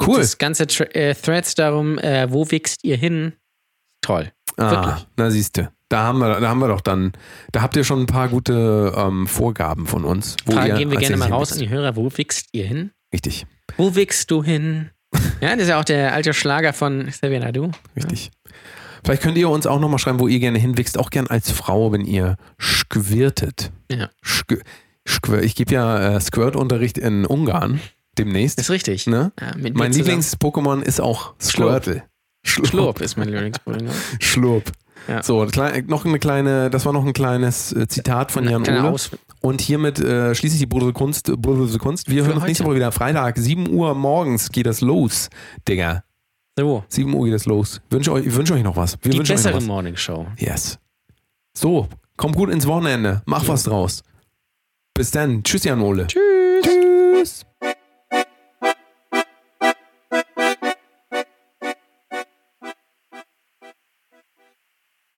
Cool. Das ganze Tra äh, Threads darum, äh, wo wächst ihr hin? Toll. ah, wirklich. na siehste, Da haben wir, da haben wir doch dann, da habt ihr schon ein paar gute ähm, Vorgaben von uns. Wo Fragen ihr gehen wir gerne tatsächlich mal raus an hinwisst. die Hörer. Wo wächst ihr hin? Richtig, Wo wächst du hin? ja, das ist ja auch der alte Schlager von Xavier Nadu. richtig. Vielleicht könnt ihr uns auch nochmal schreiben, wo ihr gerne hinwichst, auch gern als Frau, wenn ihr squirtet. Ja. Schqu Schquir ich gebe ja äh, Squirt-Unterricht in Ungarn demnächst. Ist richtig. ne? Ja, mit mir Mein zusammen. Lieblings-Pokémon ist auch Schlurp. Squirtle. Schlurp ist mein ne? Lieblingsproblem. Schlurp. Ja. So, klein, noch eine kleine, das war noch ein kleines äh, Zitat von Jan Kleiner Ole. Aus. Und hiermit äh, schließe ich die Brudel Kunst, Brudel Kunst. Wir hören uns heute. nächste Woche wieder. Freitag, 7 Uhr morgens geht das los, Digga. So. 7 Uhr geht das los. Wünsche euch, ich wünsche euch noch was. Wir Die wünschen euch bessere noch was. Morning Show. Yes. So, kommt gut ins Wochenende. Mach was draus. Bis dann. Tschüss, Jan Ole. Tschüss. Tschüss.